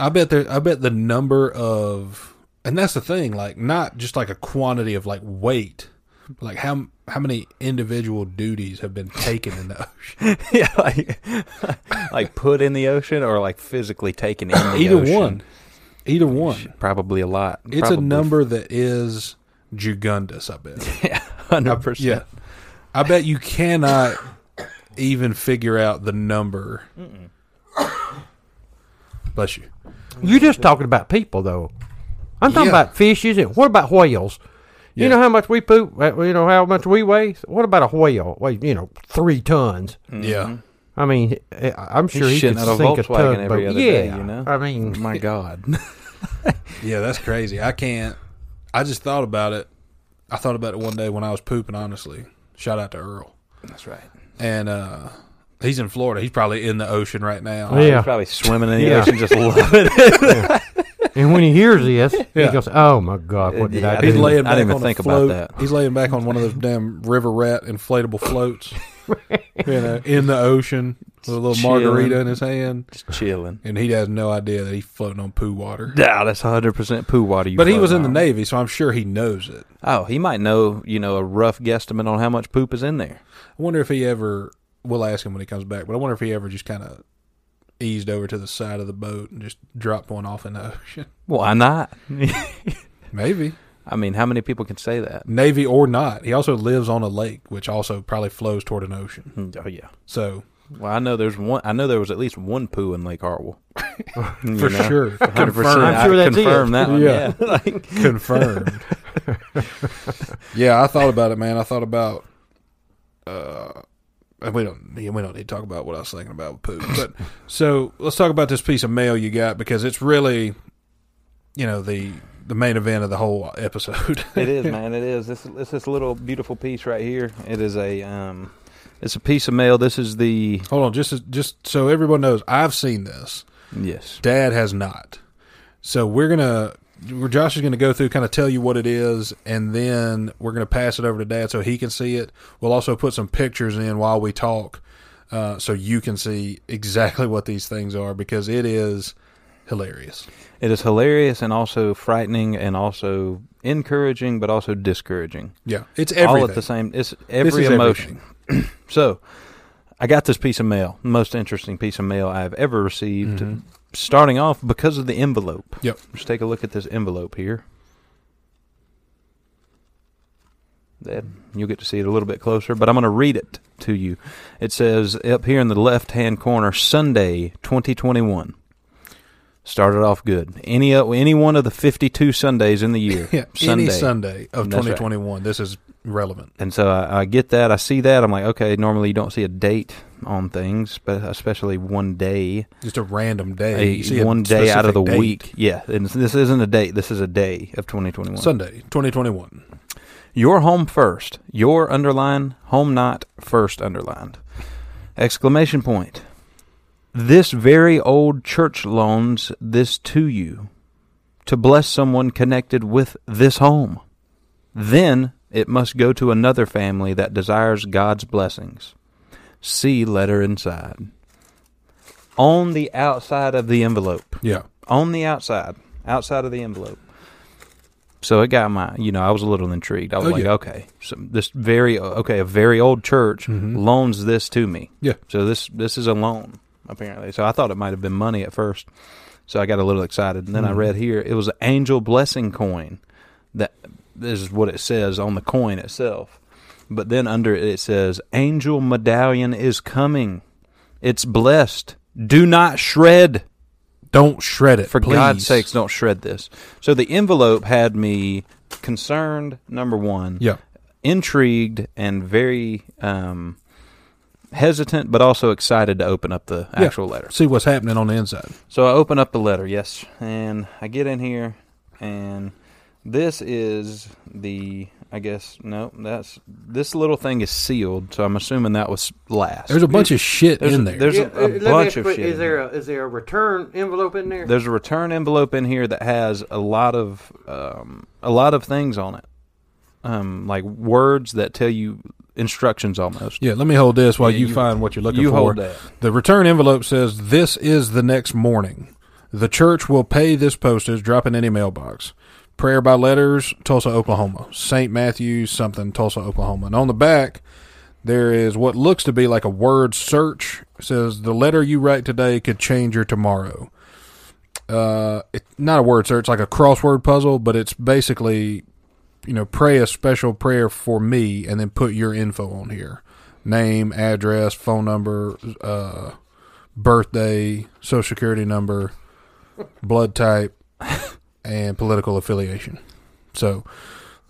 S1: I bet there. I bet the number of, and that's the thing. Like not just like a quantity of like weight, but like how how many individual duties have been taken in the *laughs* ocean.
S2: yeah, like, *laughs* like put in the ocean or like physically taken in the
S1: Either
S2: ocean.
S1: one, either one.
S2: Probably a lot.
S1: It's
S2: Probably
S1: a
S2: *laughs*
S1: number that is gigundous. I bet.
S2: Hundred percent.
S1: Yeah, I bet you cannot even figure out the number. Bless you.
S3: you just talking about people though. I'm talking
S1: Yeah.
S3: about fishes and what about whales?
S1: Yeah.
S3: You know how much we poop? uh, You know how much we weigh? What about a whale? Weighs you know three tons.
S1: Yeah.
S3: I mean, I- I'm sure
S2: He's
S3: he could
S2: shitting out a
S3: sink a
S2: Volkswagen
S3: tugboat.
S2: every other
S3: yeah,
S2: day, you know? *laughs*
S3: I mean,
S2: My God.
S1: Yeah, that's crazy. I can't. I just thought about it. I thought about it one day when I was pooping. Honestly, shout out to Earl,
S2: That's right.
S1: and uh, he's in Florida. He's probably in the ocean right now.
S3: Yeah.
S2: He's probably swimming in the
S3: Yeah.
S1: *laughs*
S2: ocean, just loving it.
S3: and when he hears
S2: *laughs*
S3: this,
S1: Yeah.
S3: he goes, "Oh my God, what did
S2: Yeah,
S3: I
S2: I
S3: do?"
S1: He's
S2: didn't-
S1: laying back
S2: I didn't even
S1: on
S2: think
S1: a
S2: about
S1: float.
S2: that.
S1: He's laying back on one of those damn river rat inflatable
S2: *laughs*
S1: floats, you know, in the ocean with a little
S2: Chilling.
S1: margarita in his hand,
S2: Just chilling.
S1: and he has no idea that he's floating on poo water.
S2: Yeah, that's hundred percent poo water. You
S1: But he was in
S2: floating
S1: the
S2: on.
S1: Navy, so I'm sure he knows it.
S2: Oh, he might know. You know, a rough guesstimate on how much poop is in there.
S1: I wonder if he ever. We'll ask him when he comes back, but I wonder if he ever just kind of eased over to the side of the boat and just dropped one off in the *laughs* ocean.
S2: Why not?
S1: Maybe
S2: I mean, how many people can say that?
S1: Navy or not, he also lives on a lake, which also probably flows toward an ocean.
S2: Oh yeah.
S1: So
S2: Well, I know there's one. I know there was at least one poo in Lake Hartwell.
S1: for sure,
S2: *laughs* hundred
S1: Confirmed.
S2: percent.
S3: I'm sure
S2: I
S3: that's
S2: confirm
S3: it.
S2: that one.
S1: Yeah.
S2: Yeah. Like-
S1: confirmed. *laughs* yeah, I thought about it, man. I thought about. Uh, and we don't. We don't need to talk about what I was thinking about with poop. But *coughs* so let's talk about this piece of mail you got because it's really, you know, the the main event of the whole episode. *laughs*
S2: it is, man. It is. This this this little beautiful piece right here. It is a um, it's a piece of mail. This is the
S1: Hold on, just as- just so everyone knows, I've seen this.
S2: yes.
S1: Dad has not. So we're gonna. we're- Josh is going to go through, kind of tell you what it is, and then we're going to pass it over to Dad so he can see it. We'll also put some pictures in while we talk, uh, so you can see exactly what these things are because it is hilarious.
S2: It is hilarious and also frightening and also encouraging, but also discouraging.
S1: Yeah, it's everything.
S2: All at the same. It's
S1: This
S2: every
S1: is
S2: emotion.
S1: everything.
S2: *clears throat* So, I got this piece of mail, most interesting piece of mail I've ever received. Starting off because of the envelope.
S1: Mm-hmm. Yep.
S2: Let's take a look at this envelope here. Then you'll get to see it a little bit closer, but I'm going to read it to you. It says up here in the left hand corner, Sunday, 2021. Started off good. Any uh, any one of the 52 Sundays in the year.
S1: *laughs* Yeah, any Sunday of
S2: That's right.
S1: 2021. This is relevant.
S2: And so I, I get that. I see that. I'm like, okay, normally you don't see a date on things, but especially one day,
S1: Just a random
S2: a,
S1: day. You see a
S2: one day out of the
S1: specific date.
S2: week. Yeah, and this isn't a date. This is a day of 2021.
S1: Sunday, 2021.
S2: Your home first. Your underline, home not first underlined. Exclamation point. This very old church loans this to you to bless someone connected with this home. Then it must go to another family that desires God's blessings. See letter inside. On the outside of the envelope
S1: Yeah.
S2: on the outside, outside of the envelope. So it got my, you know, I was a little intrigued. I was
S1: Oh,
S2: like,
S1: yeah.
S2: okay, so this very, okay, a very old church
S1: Mhm.
S2: loans this to me.
S1: Yeah.
S2: So this this is a loan apparently. So I thought it might have been money at first. So I got a little excited, and then I
S1: Mhm.
S2: read here it was an angel blessing coin. That this is what it says on the coin itself. But then under it it says angel medallion is coming. It's blessed. Do not shred.
S1: Don't shred it.
S2: For
S1: please.
S2: God's sakes, don't shred this. So the envelope had me concerned, number one,
S1: Yeah.
S2: intrigued, and very um, hesitant, but also excited to open up the
S1: Yeah.
S2: actual letter.
S1: See what's happening on the inside.
S2: So I open up the letter, yes, and I get in here, and this is the, I guess, no, that's, this little thing is sealed, so I'm assuming that was last.
S1: There's a bunch of shit
S2: There's a-
S1: in there.
S2: there's- a- a
S3: let me
S2: bunch
S3: ask
S2: of
S3: you,
S2: shit
S3: Is
S2: in
S3: there, a, is there a return envelope in there?
S2: There's a return envelope in here that has a lot of um, a lot of things on it, um, like words that tell you instructions almost.
S1: yeah, let me hold this while
S2: Yeah,
S1: you,
S2: you-
S1: find what you're looking
S2: you
S1: for.
S2: hold that.
S1: The return envelope says, This is the next morning. The church will pay this postage, drop in any mailbox. Prayer by letters, Tulsa, Oklahoma. St. Matthew something, Tulsa, Oklahoma. And on the back, there is what looks to be like a word search. It says, The letter you write today could change your tomorrow. Uh, it's not a word search, like a crossword puzzle, but it's basically, you know, pray a special prayer for me and then put your info on here name, address, phone number, uh, birthday, social security number, blood type, and political affiliation. So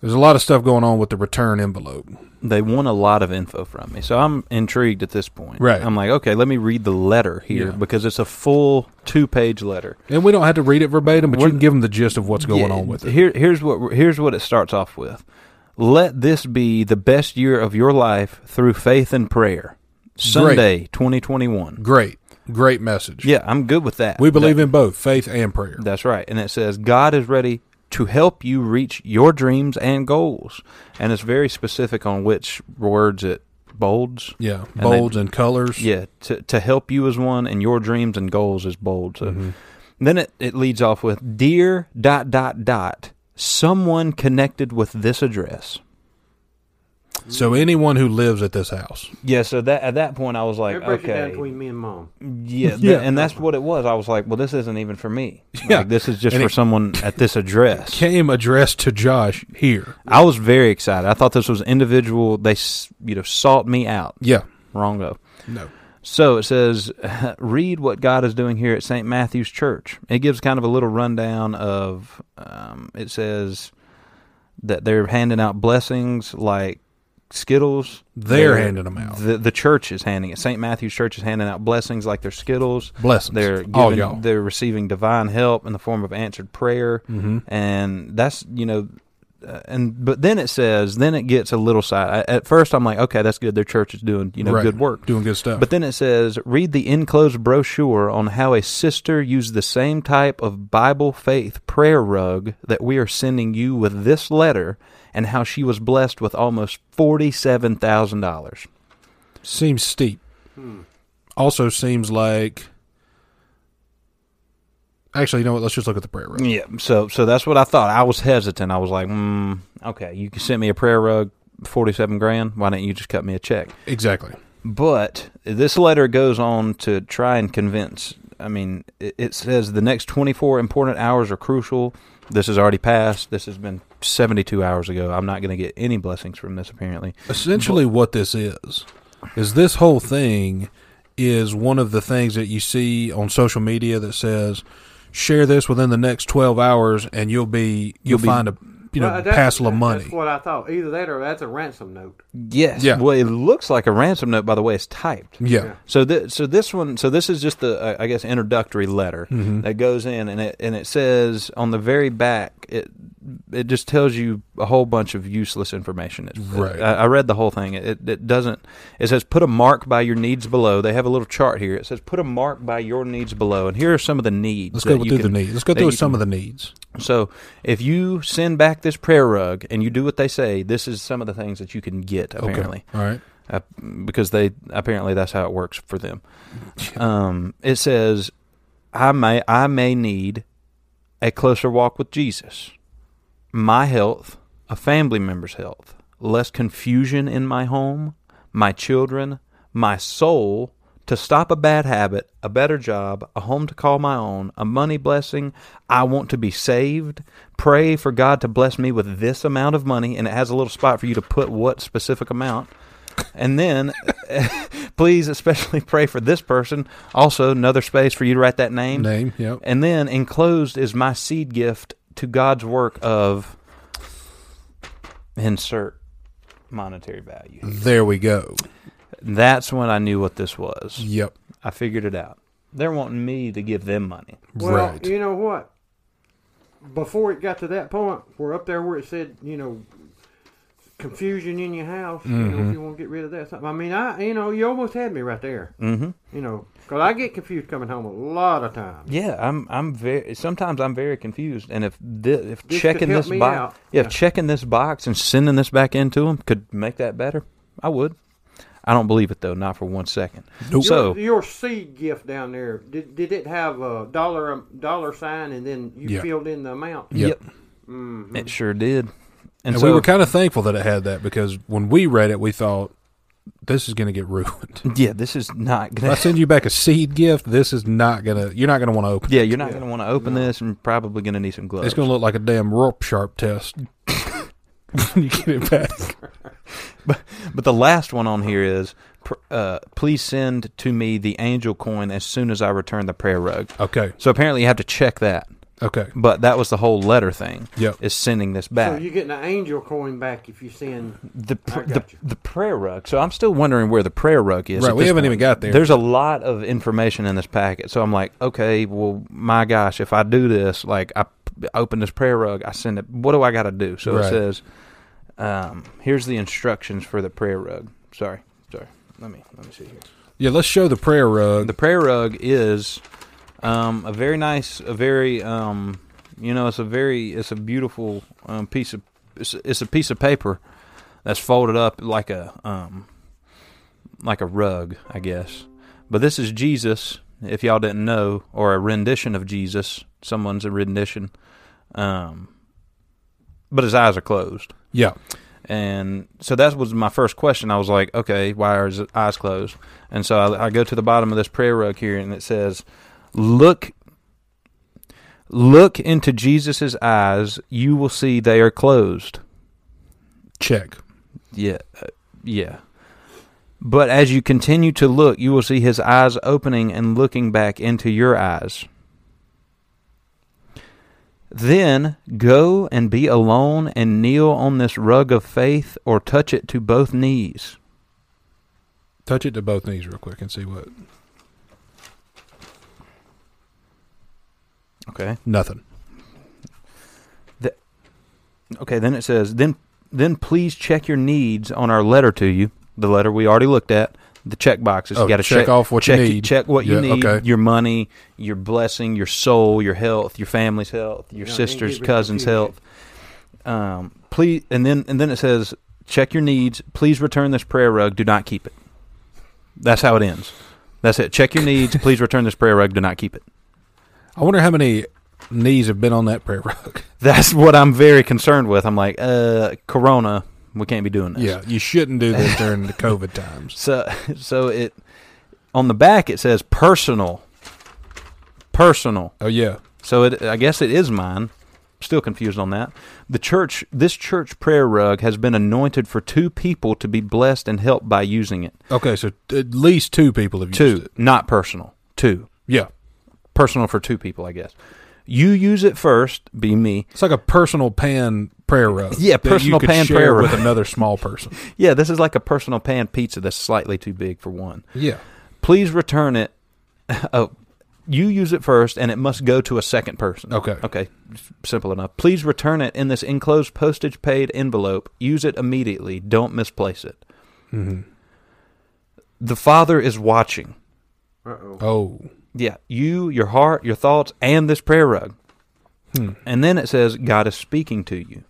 S1: there's a lot of stuff going on with the return envelope.
S2: They want a lot of info from me, so I'm intrigued at this point.
S1: Right.
S2: I'm like, okay, let me read the letter here
S1: Yeah.
S2: because it's a full two page letter.
S1: And we don't have to read it verbatim, but
S2: We're-
S1: you can give them the gist of what's going
S2: Yeah,
S1: on with it.
S2: Here, here's what here's what it starts off with. Let this be the best year of your life through faith and prayer. Sunday, 2021.
S1: Great. Great message.
S2: Yeah, I'm good with that.
S1: We believe
S2: That-
S1: in both faith and prayer.
S2: That's right. And it says, God is ready to help you reach your dreams and goals. And it's very specific on which words it bolds.
S1: Yeah.
S2: they-
S1: Bolds and colors.
S2: Yeah, to, to help you is one, and your dreams and goals is bold. So
S1: Mm-hmm.
S2: then it, it leads off with, Dear dot dot dot, someone connected with this address.
S1: So anyone who lives at this house.
S2: Yeah, so that at that point I was like,
S3: Here, break it down
S2: okay,
S3: between me and mom.
S2: yeah, th-
S1: Yeah.
S2: and that's what it was. I was like, well, this isn't even for me.
S1: Yeah.
S2: Like, this is just
S1: And
S2: for
S1: it-
S2: someone at
S1: *laughs*
S2: this address.
S1: Came addressed to Josh here.
S2: I was very excited. I thought this was individual. They, s- you know, sought me out.
S1: Yeah.
S2: Wrong though.
S1: No.
S2: So it says, *laughs* read what God is doing here at St. Matthew's Church. It gives kind of a little rundown of. Um, it says that they're handing out blessings like Skittles.
S1: They're handing 'em out.
S2: The the church is handing it. St. Matthew's Church is handing out blessings like their Skittles.
S1: Blessings.
S2: They're
S1: All
S2: giving-
S1: y'all.
S2: They're receiving divine help in the form of answered prayer,
S1: Mm-hmm.
S2: and that's you know, uh, and but then it says, then it gets a little side. I, at first, I'm like, okay, that's good. Their church is doing you know
S1: Right.
S2: good work.
S1: Doing good stuff.
S2: But then it says, read the enclosed brochure on how a sister used the same type of Bible faith prayer rug that we are sending you with this letter, and how she was blessed with almost forty-seven thousand dollars.
S1: Seems steep.
S3: Hmm.
S1: Also seems like. Actually, you know what? Let's just look at the prayer rug.
S2: Yeah, so so that's what I thought. I was hesitant. I was like, mm, okay, you sent me a prayer rug, forty-seven grand. Why didn't you just cut me a check?
S1: Exactly.
S2: But this letter goes on to try and convince. I mean, it, it says the next 24 important hours are crucial. This has already passed. This has been 72 hours ago. I'm not going to get any blessings from this, apparently.
S1: Essentially, what this is is this whole thing is one of the things that you see on social media that says share this within the next 12 hours and you'll be you'll,
S2: You'll be-
S1: find a you know
S3: Well, that's-
S1: passel of money
S3: That's what I thought. Either that or that's a ransom note.
S2: Yes.
S1: Yeah.
S2: Well, it looks like a ransom note by the way it's typed.
S1: yeah.
S3: Yeah.
S2: So this, so this one, so this is just the, uh, I guess, introductory letter
S1: Mm-hmm.
S2: that goes in, and it and it says on the very back, it it just tells you a whole bunch of useless information. It's,
S1: Right.
S2: I, I read the whole thing. It it doesn't. It says put a mark by your needs below. They have a little chart here. It says put a mark by your needs below, and here are some of the needs.
S1: let's
S2: that
S1: go
S2: you
S1: through
S2: can-
S1: the needs let's go
S2: that
S1: through
S2: you
S1: some
S2: can-
S1: of the needs
S2: so if you send back this prayer rug and you do what they say, this is some of the things that you can get apparently
S1: okay all
S2: *laughs*
S1: right
S2: uh, because they apparently that's how it works for them. Um, it says, "I may I may need a closer walk with Jesus, my health, a family member's health, less confusion in my home, my children, my soul." To stop a bad habit, a better job, a home to call my own, a money blessing. I want to be saved. Pray for God to bless me with this amount of money. And it has a little spot for you to put what specific amount. And then, *laughs* please especially pray for this person. Also, another space for you to write that name.
S1: name yep
S2: And then enclosed is my seed gift to God's work of insert monetary value.
S1: there we go
S2: That's when I knew what this was.
S1: yep
S2: I figured it out. They're wanting me to give them money.
S3: Well,
S1: right
S3: you know what? Before it got to that point, we're up there where it said, you know, confusion in your house. You
S2: Mm-hmm.
S3: know, if you want to get rid of that, something. I mean, I, you know, you almost had me right there.
S2: Mm-hmm.
S3: You know, because I get confused coming home a lot of times.
S2: Yeah, I'm. I'm very. Sometimes I'm very confused, and if thi- if
S3: This could
S2: checking
S3: help
S2: this
S3: me
S2: box,
S3: out.
S2: yeah,
S3: Yeah.
S2: if checking this box and sending this back into them could make that better, I would. I don't believe it though, not for one second.
S1: Nope.
S2: So
S3: your, your seed gift down there did, did it have a dollar um, dollar sign and then you
S1: Yeah.
S3: filled in the amount? Mm-hmm.
S1: Yep.
S2: it sure did. And,
S1: and
S2: so
S1: we were kind of thankful that it had that because when we read it we thought this is going to get ruined
S2: yeah, this is not
S1: if i
S2: gonna. *laughs*
S1: send you back a seed gift this is not going to you're not going to want to open
S2: yeah, you're not
S3: Yeah.
S2: gonna want to open this, and probably gonna need some gloves.
S1: It's going to look like a damn rope sharp test *laughs* when you get it back.
S2: But the last one on here is, pr- uh, please send to me the angel coin as soon as I return the prayer rug.
S1: Okay.
S2: So apparently you have to check that.
S1: Okay.
S2: But that was the whole letter thing.
S1: Yep.
S2: Is sending this
S3: So
S2: back.
S3: you're getting an angel coin back if you send.
S2: the pr-
S3: I
S2: the,
S3: got you.
S2: the prayer rug. So I'm still wondering where the prayer rug is.
S1: Right,
S2: at
S1: we
S2: this
S1: haven't
S2: point.
S1: even got there.
S2: There's a lot of information in this packet. So I'm like, okay, well, my gosh, if I do this, like I p- open this prayer rug, I send it. What do I got to do? So
S1: Right.
S2: it says, um, here's the instructions for the prayer rug. Sorry, sorry. Let me let me see here.
S1: Yeah, let's show the prayer rug.
S2: The prayer rug is um, a very nice, a very um, you know, it's a very, it's a beautiful um, piece of, it's, it's a piece of paper that's folded up like a um, like a rug, I guess. But this is Jesus, if y'all didn't know, or a rendition of Jesus. Someone's a rendition, um, but his eyes are closed.
S1: yeah.
S2: And so that was my first question. I was like, okay, why are his eyes closed? And so I, I go to the bottom of this prayer rug here, and it says, "Look, look into Jesus' eyes. You will see they are closed."
S1: Check.
S2: Yeah, uh, yeah. But as you continue to look, you will see his eyes opening and looking back into your eyes. Then go and be alone and kneel on this rug of faith or touch it to both knees.
S1: Touch it to both knees real quick and see what.
S2: Okay.
S1: Nothing.
S2: Okay, then it says, then then please check your needs on our letter to you, the letter we already looked at, the check boxes.
S1: Oh,
S2: you got to
S1: check
S2: check
S1: off what you
S2: check,
S1: need.
S2: Check what
S1: Yeah,
S2: you need.
S1: okay.
S2: Your money, your blessing, your soul, your health, your family's health, your
S3: Yeah, and
S2: sister's
S3: get rid of
S2: cousin's
S3: confusion.
S2: health. Um, please, and then and then it says, check your needs. Please return this prayer rug. Do not keep it. That's how it ends. That's it. Check your needs. Please return this prayer rug. Do not keep it.
S1: I wonder how many knees have been on that prayer
S2: *laughs*
S1: rug.
S2: That's what I'm very concerned with. I'm like, uh, Corona, we can't be doing this.
S1: Yeah, you shouldn't do this during the COVID times.
S2: So *laughs* so it on the back it says personal. Personal.
S1: Oh yeah.
S2: So it I guess it is mine. still confused on that. The church, this church prayer rug has been anointed for two people to be blessed and helped by using it.
S1: Okay, so at least two people have used
S2: Two,
S1: it.
S2: not personal. Two,
S1: Yeah,
S2: personal for two people, I guess. You use it first, be me.
S1: it's like a personal pan prayer rug.
S2: Yeah,
S1: that you
S2: personal
S1: could
S2: pan
S1: share
S2: prayer
S1: with
S2: rug.
S1: another small
S2: *laughs*
S1: person.
S2: Yeah, this is like a personal pan pizza that's slightly too big for one.
S1: Yeah,
S2: Please return it. *laughs* Oh, you use it first, and it must go to a second person.
S1: Okay.
S2: Okay. S- Simple enough. Please return it in this enclosed postage paid envelope. Use it immediately. Don't misplace it. The Father is watching.
S1: Oh,
S2: Yeah, you, your heart, your thoughts, and this prayer rug. And then it says, God is speaking to you.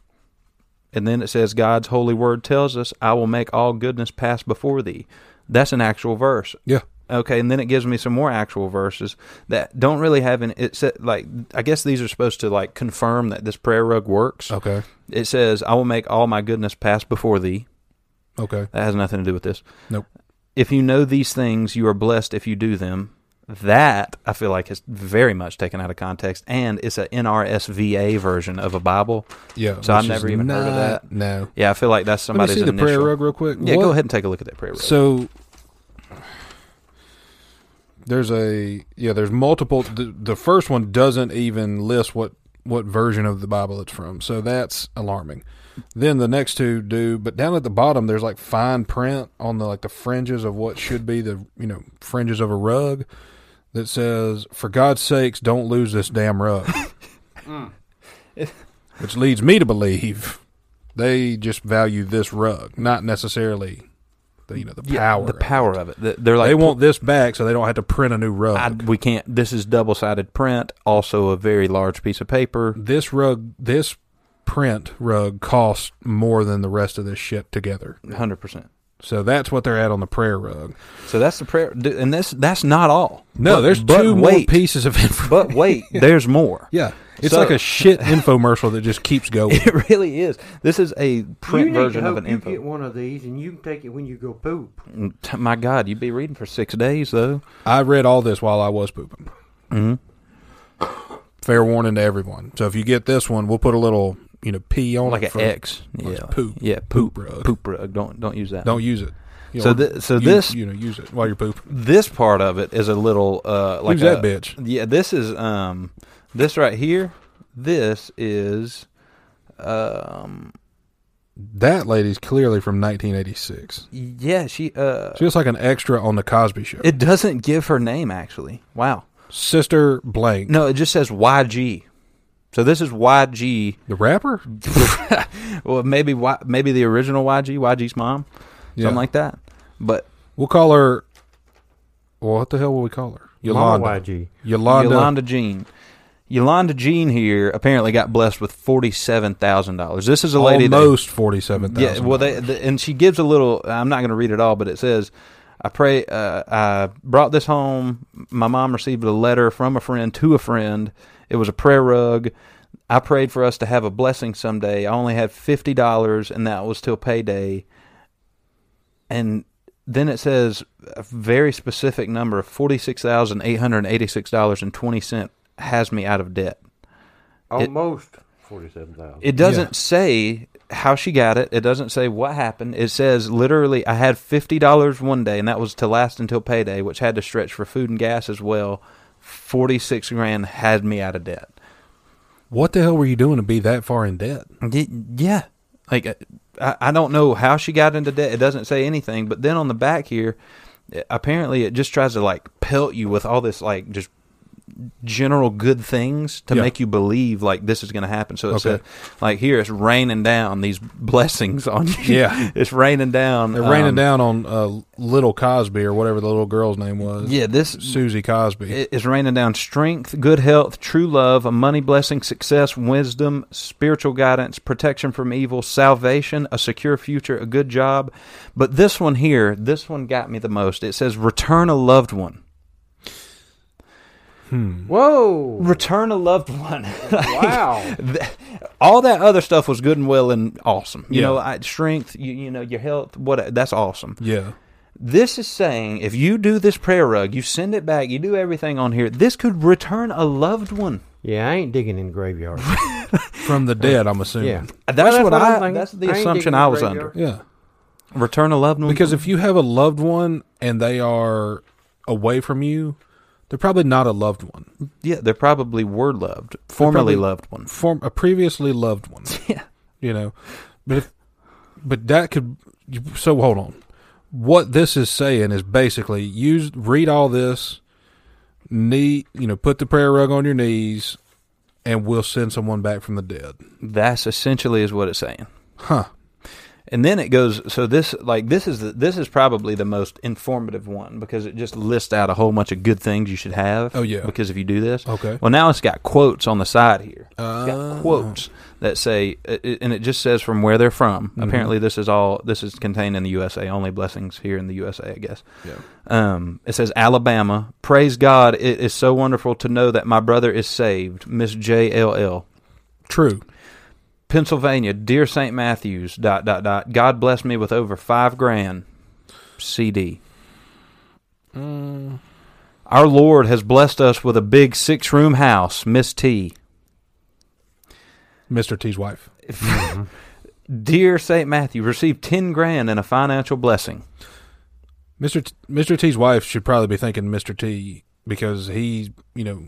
S2: And then it says, God's holy word tells us, I will make all goodness pass before thee. That's an actual verse.
S1: yeah.
S2: Okay, and then it gives me some more actual verses that don't really have any. It said, like, I guess these are supposed to, like, confirm that this prayer rug works.
S1: Okay,
S2: It says, I will make all my goodness pass before thee.
S1: okay.
S2: That has nothing to do with this.
S1: Nope.
S2: If you know these things, you are blessed if you do them. That I feel like is very much taken out of context, and it's a NRSVA version of a Bible.
S1: Yeah.
S2: So I've
S1: which is
S2: never even heard of that.
S1: No.
S2: Yeah, I feel like that's
S1: Let me
S2: somebody's
S1: see the
S2: initial.
S1: prayer rug real quick.
S2: Yeah,
S1: What-
S2: go ahead and take a look at that prayer rug.
S1: So there's a yeah. There's multiple. The, the first one doesn't even list what what version of the Bible it's from. So that's alarming. Then the next two do, but down at the bottom there's like fine print on the like the fringes of what should be the you know fringes of a rug that says, "For God's sakes, don't lose this damn rug."
S2: *laughs*
S1: Mm. Which leads me to believe they just value this rug, not necessarily the you know the
S2: Yeah,
S1: power.
S2: the
S1: of it.
S2: power of it. They- They're like
S1: they want this back so they don't have to print a new rug.
S2: I, we can't. This is double sided print, also a very large piece of paper.
S1: this rug, this print rug costs more than the rest of this shit together.
S2: Hundred percent.
S1: So that's what they're at on the prayer rug.
S2: So that's the prayer, d- and this that's not all.
S1: No,
S2: But-
S1: there's
S2: but
S1: two more
S2: wait,
S1: pieces of *laughs* info.
S2: *laughs* But wait,
S1: *laughs*
S2: there's more. *laughs*
S1: yeah, it's
S2: So-
S1: like a shit infomercial that just
S2: *laughs*
S1: keeps going.
S2: It really is. This is a print
S3: you need
S2: version
S3: to
S2: of
S3: hope
S2: an
S3: you
S2: info. Mm,
S3: get one of these, and you can take it when you go poop.
S2: T- My God, you'd be reading for six days though.
S1: I read all this while I was pooping.
S2: Mm-hmm.
S1: Fair warning to everyone. So if you get this one, we'll put a little you know P on
S2: Like
S1: it
S2: an
S1: for-
S2: X. Yeah.
S1: poop.
S2: Yeah.
S1: Poop
S2: Poop,
S1: rug.
S2: Poop rug. Don't don't use that.
S1: Don't use it. You
S2: So
S1: know,
S2: thi- so
S1: use-
S2: this-
S1: you know use it while you're pooping.
S2: This part of it is a little uh like
S1: Who's that
S2: a-
S1: bitch?
S2: Yeah. This is um this right here. This is um
S1: That lady's clearly from 1986.
S2: yeah she uh
S1: She was like an extra on the Cosby Show.
S2: it doesn't give her name actually. Wow.
S1: Sister Blank,
S2: No, it just says YG. So this is YG.
S1: the rapper.
S2: Well, maybe y, maybe the original YG, YG's mom,
S1: Yeah.
S2: something like that. But
S1: We'll call her. Well, what the hell will we call her? Yolanda.
S3: Mama YG.
S1: Yolanda.
S2: Yolanda Jean. Yolanda Jean here apparently got blessed with forty-seven thousand dollars. This is a lady. that-
S1: Almost forty-seven thousand.
S2: yeah. Well, they, the, and she gives a little. I'm not going to read it all, but it says, "I pray. Uh, I brought this home. My mom received a letter from a friend to a friend. It was a prayer rug. I prayed for us to have a blessing someday. I only had fifty dollars, and that was till payday. And then it says a very specific number of forty six thousand eight hundred eighty six dollars and twenty cent has me out of debt.
S3: Almost forty-seven thousand.
S2: It doesn't say how she got it. It doesn't say what happened. It says literally, I had fifty dollars one day, and that was to last until payday, which had to stretch for food and gas as well. Forty six grand had me out of debt.
S1: what the hell were you doing to be that far in debt?
S2: Y- Yeah, like uh, I, I don't know how she got into debt. It doesn't say anything. But then on the back here, uh, apparently it just tries to like pelt you with all this like just general good things to
S1: Yeah.
S2: make you believe like this is going to happen. So it
S1: Okay.
S2: said like here it's raining down these *laughs* blessings on you.
S1: Yeah.
S2: it's raining down.
S1: They're raining
S2: um,
S1: down on uh, little Cosby or whatever the little girl's name was.
S2: Yeah, this
S1: Susie Cosby.
S2: it is raining down strength, good health, true love, a money blessing, success, wisdom, spiritual guidance, protection from evil, salvation, a secure future, a good job. But this one here, this one got me the most. It says, Return a loved one.
S3: Whoa!
S2: Return a loved one. *laughs*
S3: Wow!
S2: All that other stuff was good and well and awesome. You
S1: Yeah.
S2: know, I, strength, you, you know, your health, what that's awesome.
S1: yeah.
S2: This is saying if you do this prayer rug, you send it back, you do everything on here, this could return a loved one.
S3: *laughs* Yeah, I ain't digging in
S2: *laughs*
S3: graveyards.
S1: From the dead, I'm assuming.
S3: yeah.
S2: That's
S3: that's
S2: what
S3: what I'm
S2: I.
S3: thinking.
S2: That's
S3: I
S2: the
S3: ain't
S2: assumption
S3: digging
S2: I
S3: in
S2: was
S3: graveyard.
S2: under.
S1: Yeah.
S2: Return a loved one
S1: Because if you have a loved one and they are away from you, they're probably not a loved one.
S2: yeah, they probably were loved,
S1: probably-
S2: formerly loved one.
S1: Form a previously loved one.
S2: *laughs* Yeah.
S1: You know. But if but that could so hold on. What this is saying is basically use read all this, knee you know, put the prayer rug on your knees and we'll send someone back from the dead.
S2: That's essentially is what it's saying.
S1: Huh.
S2: And then it goes. So this, like this, is the, this is probably the most informative one because it just lists out a whole bunch of good things you should have.
S1: Oh, yeah.
S2: Because if you do this,
S1: Okay.
S2: Well, now it's got quotes on the side here. It's
S1: Ah.
S2: got quotes that say, uh, uh, and it just says from where they're from. Apparently, this is all this is contained in the USA. Only blessings here in the USA, I guess.
S1: Yeah.
S2: Um, it says Alabama. Praise God! It is so wonderful to know that my brother is saved. Miss J L L.
S1: True.
S2: Pennsylvania, dear St. Matthews. Dot dot dot. God bless me with over five grand CD. Mm. Our Lord has blessed us with a big six-room house, Miss T. *laughs*
S1: Mr. T's wife.
S2: Dear St. Matthew, receive 10 grand in a financial blessing.
S1: Mr. T, Mr. T's wife should probably be thanking Mr. T because he, you know,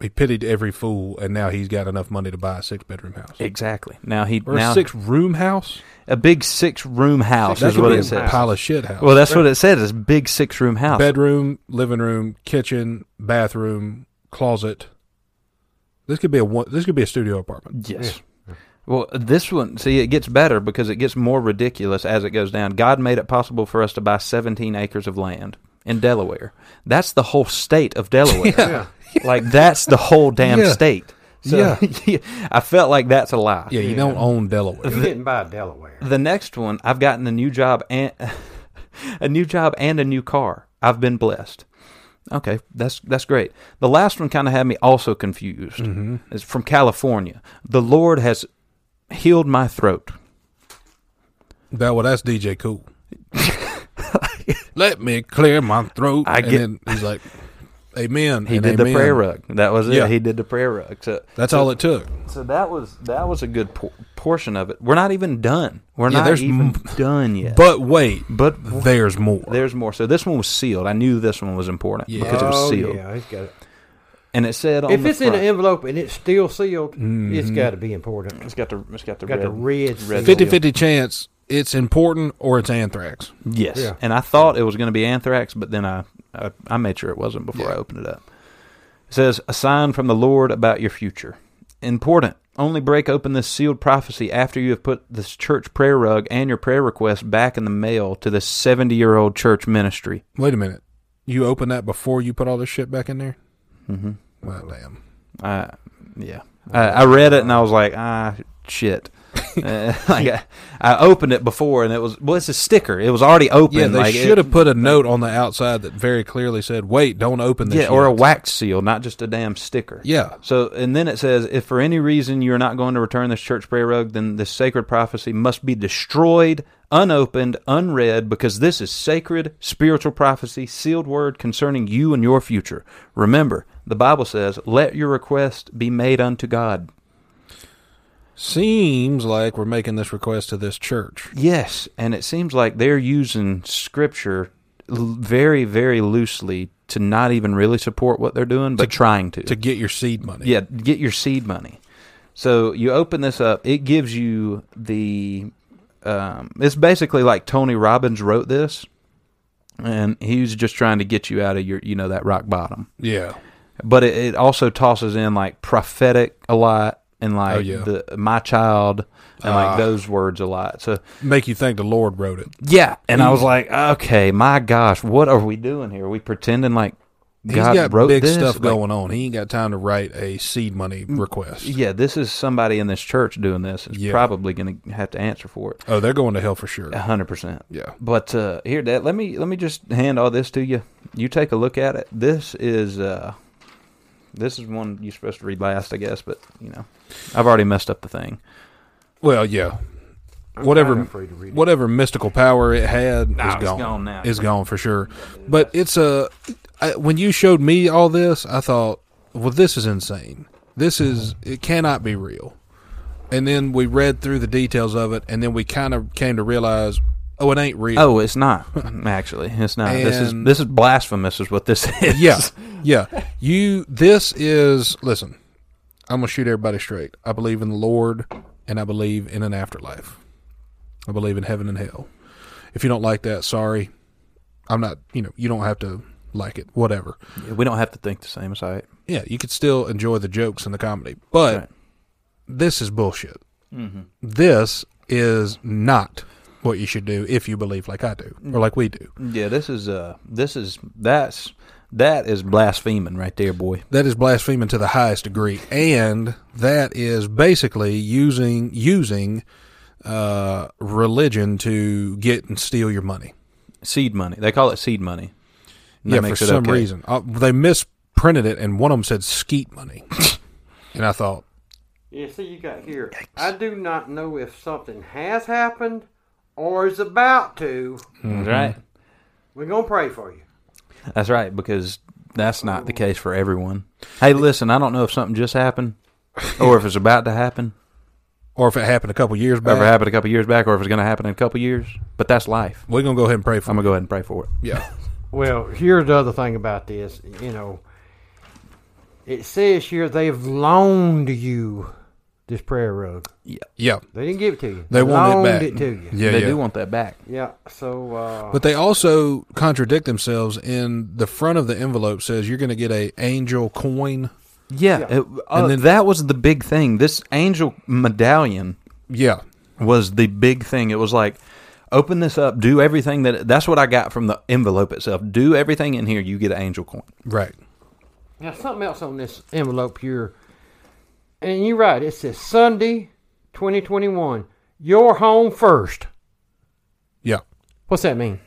S1: he pitied every fool, and now he's got enough money to buy a six bedroom house
S2: Exactly. Now he
S1: or
S2: now
S1: a six room house.
S2: a big six room house
S1: That
S2: is
S1: could
S2: what
S1: be
S2: it
S1: a
S2: says.
S1: pile of shit house.
S2: Well, that's what it said. It's big six room house.
S1: bedroom, living room, kitchen, bathroom, closet. This could be a one, this could be a studio apartment.
S2: Yes. Well, this one, see, it gets better because it gets more ridiculous as it goes down. God made it possible for us to buy 17 acres of land in Delaware. That's the whole state of Delaware.
S3: Yeah.
S2: Like, that's the whole damn
S1: Yeah.
S2: state. So, *laughs* I felt like that's a lie.
S1: Yeah, you don't own Delaware.
S3: You didn't buy Delaware.
S2: The next one, I've gotten a new job and *laughs* a new job and a new car. I've been blessed. Okay, that's that's great. The last one kind of had me also confused.
S1: Mm-hmm.
S2: It's from California. The Lord has healed my throat.
S1: That well, that's DJ Cool. Let me clear my throat.
S2: I
S1: and
S2: get-
S1: then he's like, "Amen."
S2: He
S1: and
S2: did the
S1: amen.
S2: prayer rug. That was it.
S1: Yeah.
S2: He did the prayer rug. So
S1: That's all it took.
S2: so that was that was a good por- portion of it. We're not even done. We're
S1: Yeah,
S2: not
S1: there's
S2: even
S1: m-
S2: done yet.
S1: But wait,
S2: but
S1: there's more.
S2: there's more. So this one was sealed. I knew this one was important
S1: Oh, Yeah.
S2: because it was sealed.
S3: Oh, yeah, it's got it.
S2: And it said on
S3: If
S2: the
S3: it's in an
S2: front- Mm-hmm.
S3: envelope and it's still sealed, it's got to be important.
S2: It's got the it's got the
S3: Got
S2: red,
S3: the red seal.
S1: 50 50 chance it's important or it's anthrax.
S2: Yes,
S3: Yeah.
S2: and I thought it was going to be anthrax, but then I, I I made sure it wasn't before I opened it up. It says a sign from the Lord about your future. Important. Only break open this sealed prophecy after you have put this church prayer rug and your prayer request back in the mail to this seventy-year-old church ministry.
S1: Wait a minute. You open that before you put all this shit back in there? Mm-hmm. Well, damn.
S2: Uh, yeah, I, I read it and I was like, ah, shit. *laughs* Uh, like I, I opened it before and it was well, it's a sticker. It was already open.
S1: Yeah, they
S2: like, it-
S1: should have put a note on the outside that very clearly said, wait, don't open this
S2: Yeah, or a
S1: yet."
S2: wax seal, not just a damn sticker.
S1: Yeah.
S2: So, and then it says, if for any reason you're not going to return this church prayer rug, then this sacred prophecy must be destroyed, unopened, unread, because this is sacred spiritual prophecy, sealed word concerning you and your future. Remember, the Bible says, let your request be made unto God.
S1: Seems like we're making this request to this church.
S2: Yes, and it seems like they're using scripture l- very, very loosely to not even really support what they're doing, but trying to.
S1: To get your seed money.
S2: Yeah, get your seed money. So you open this up. It gives you the. Um, it's basically like Tony Robbins wrote this, and he was just trying to get you out of your, you know, that rock bottom.
S1: Yeah.
S2: But it, it also tosses in like prophetic a lot, and like
S1: Oh, yeah.
S2: the my child, and
S1: Ah.
S2: like those words a lot. So
S1: Make you think the Lord wrote it.
S2: yeah, and I was like, okay, my gosh, what are we doing here? Are we pretending like
S1: He's
S2: God
S1: got
S2: wrote
S1: big
S2: this?
S1: stuff
S2: Like, Mm.
S1: going on. He ain't got time to write a seed money request.
S2: Yeah, this is somebody in this church doing this. Is
S1: Yeah.
S2: probably going to have to answer for it.
S1: Oh, they're going to hell for sure.
S2: A hundred percent.
S1: Yeah.
S2: But uh, here, Dad, let me let me just hand all this to you. You take a look at it. This is uh, this is one you're supposed to read last, I guess. But you know, I've already messed up the thing.
S1: Well, yeah.
S3: I'm
S1: whatever
S3: kinda afraid to read it.
S1: whatever mystical power it had is
S2: it's
S1: gone.
S2: gone now.
S1: uh, It's gone for sure. But it's a I, when you showed me all this, I thought well, this is insane. This is, it cannot be real. And then we read through the details of it, and then we kind of came to realize, oh, it ain't real.
S2: Oh, it's *laughs* not actually. It's not. this is
S1: And-
S2: this is blasphemous. Is what this *laughs* is.
S1: Yeah, yeah. You. This is. Listen, I'm gonna shoot everybody straight. I believe in the Lord, and I believe in an afterlife. I believe in heaven and hell. If you don't like that, sorry. I'm not. You know, you don't have to like it. Whatever.
S2: we don't have to think the same. It's all right.
S1: Yeah, you could still enjoy the jokes and the comedy, but
S2: Right.
S1: this is bullshit. This is not what you should do if you believe like I do or like we do.
S2: Yeah, this is uh, this is that's that is blaspheming right there, boy.
S1: That is blaspheming to the highest degree, and that is basically using using uh, religion to get and steal your money.
S2: Seed money. They call it seed money. And that
S1: yeah, for
S2: makes it
S1: some
S2: okay.
S1: reason uh, they misprinted it, and one of them said skeet money, and I thought,
S3: Yeah, see, you got here. I do not know if something has happened or is about to.
S2: That's right.
S3: We're gonna pray for you.
S2: That's right. Because that's not the case for everyone. Hey, listen. I don't know if something just happened, or if it's about to happen,
S1: or if it happened a couple years
S2: or if it
S1: back,
S2: happened a couple years back, or if it's going to happen in a couple years. But that's life.
S1: we're gonna go ahead and pray for.
S2: I'm
S1: Him.
S2: gonna go ahead and pray for it.
S1: Yeah,
S3: Well, here's the other thing about this. You know, it says here they've loaned you this prayer rug.
S1: yeah,
S3: They didn't give it to you.
S1: They want it
S3: loaned
S1: back.
S3: it to you.
S1: yeah,
S2: they
S1: yeah.
S2: do want that back.
S3: Yeah. So. Uh,
S1: But they also contradict themselves. In the front of the envelope says you're going to get a angel coin.
S2: Yeah,
S3: Yeah.
S2: it- uh,
S1: And then-
S2: that was the big thing. This angel medallion
S1: Yeah,
S2: was the big thing. It was like, open this up, do everything that. That's what I got from the envelope itself. Do everything in here, you get an angel coin.
S1: right.
S3: Now, something else on this envelope here. And you're right, it says Sunday 2021. Your home first.
S1: Yeah,
S3: What's that mean?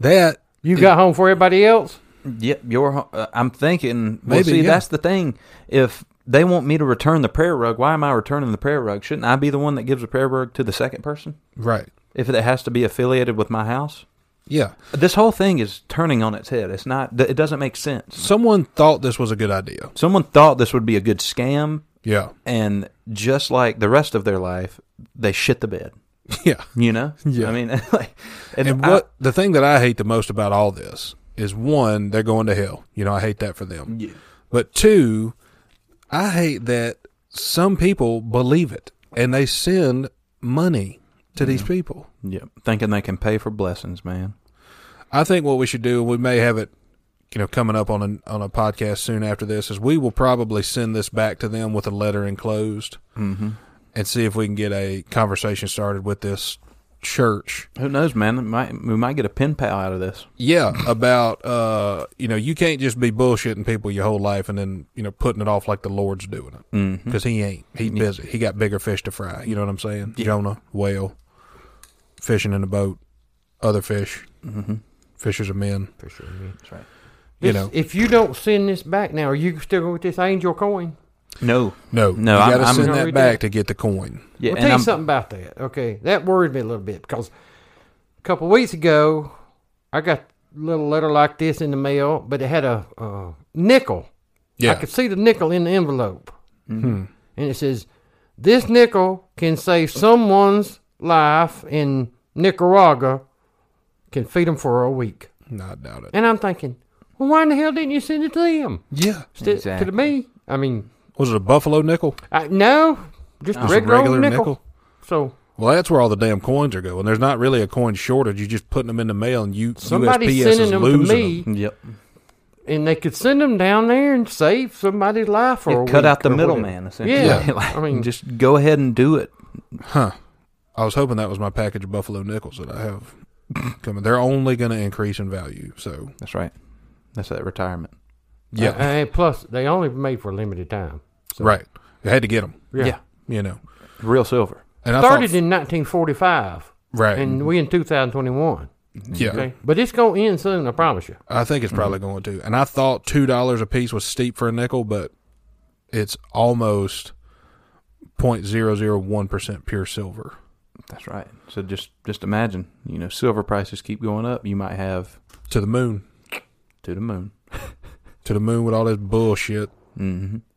S1: that
S3: You got home for everybody else?
S2: Yep, your. ho- Uh, I'm thinking. Well,
S1: Maybe,
S2: see,
S1: yeah.
S2: that's the thing. If they want me to return the prayer rug, why am I returning the prayer rug? Shouldn't I be the one that gives a prayer rug to the second person?
S1: right.
S2: If it has to be affiliated with my house,
S1: Yeah.
S2: this whole thing is turning on its head. It's not. It doesn't make sense.
S1: Someone thought this was a good idea.
S2: Someone thought this would be a good scam.
S1: Yeah. *laughs*
S2: and just like the rest of their life, they shit the bed.
S1: Yeah.
S2: You know,
S1: *laughs* Yeah.
S2: I mean, *laughs* like, and,
S1: And
S2: I-
S1: what the thing that I hate the most about all this is one, they're going to hell. You know, I hate that for them.
S2: Yeah.
S1: But two, I hate that some people believe it and they send money to these people.
S2: yeah, thinking they can pay for blessings, man.
S1: I think what we should do, we may have it, you know, coming up on an, on a podcast soon after this, is we will probably send this back to them with a letter enclosed, and see if we can get a conversation started with this church.
S2: Who knows, man? It might, we might get a pen pal out of this.
S1: Yeah, about uh, you know, you can't just be bullshitting people your whole life and then you know putting it off like the Lord's doing it because he ain't. He busy. He got bigger fish to fry. You know what I'm saying? Jonah, whale, fishing in a boat, other fish, fishers of men.
S3: For sure.
S2: That's right.
S1: You know.
S3: If you don't send this back now, are you still going with this angel coin?
S2: No,
S1: No,
S2: No,
S1: You
S2: I'm-
S1: got to
S2: I'm-
S1: send
S3: No, we
S1: that back to get the coin.
S2: yeah,
S3: I'll
S2: and
S3: tell you
S2: I'm-
S3: something about that. Okay. That worried me a little bit because a couple weeks ago, I got a little letter like this in the mail, but it had a uh, nickel. I
S1: Yeah,
S3: could see the nickel in the envelope.
S2: Mm-hmm.
S3: And it says, This nickel can save someone's life in Nicaragua, can feed them for a week.
S1: no, I doubt it.
S3: And I'm thinking, Well, why in the hell didn't you send it to them?
S1: Yeah,
S3: Instead-
S2: Exactly.
S3: To me? I mean,
S1: was it a buffalo nickel?
S3: I, no, just a
S1: Just a
S3: regular, old nickel. So
S1: Well, that's where all the damn coins are going. There's not really a coin shortage. You're just putting them in the mail, and you
S3: somebody's
S1: USPS
S3: sending
S1: is
S3: them to
S1: losing
S3: me,
S1: them.
S2: Yep,
S3: and they could send them down there and save somebody's life for
S2: Yeah,
S3: a week.
S2: cut out the
S3: or whatever.
S2: middleman. essentially.
S3: Yeah.
S2: *laughs* Like,
S3: I mean-
S2: just go ahead and do it.
S1: I was hoping that was my package of buffalo nickels that I have *coughs* coming. They're only going to increase in value. So
S2: That's right. That's that retirement.
S1: yeah,
S3: Uh, and plus, they only made for a limited time.
S1: right. You had to get them.
S3: Yeah.
S1: You know,
S2: real silver.
S1: and I
S3: started
S1: thought,
S3: in 1945,
S1: right.
S3: and we in 2021.
S1: yeah,
S3: Okay, but it's gonna end soon. I promise you.
S1: I think it's probably going to. And I thought two dollars a piece was steep for a nickel, but it's almost 0.001 percent pure silver.
S2: That's right. So just just imagine, you know, silver prices keep going up. You might have
S1: to the moon.
S2: to the moon.
S1: to the moon with all this bullshit.
S2: Mm-hmm.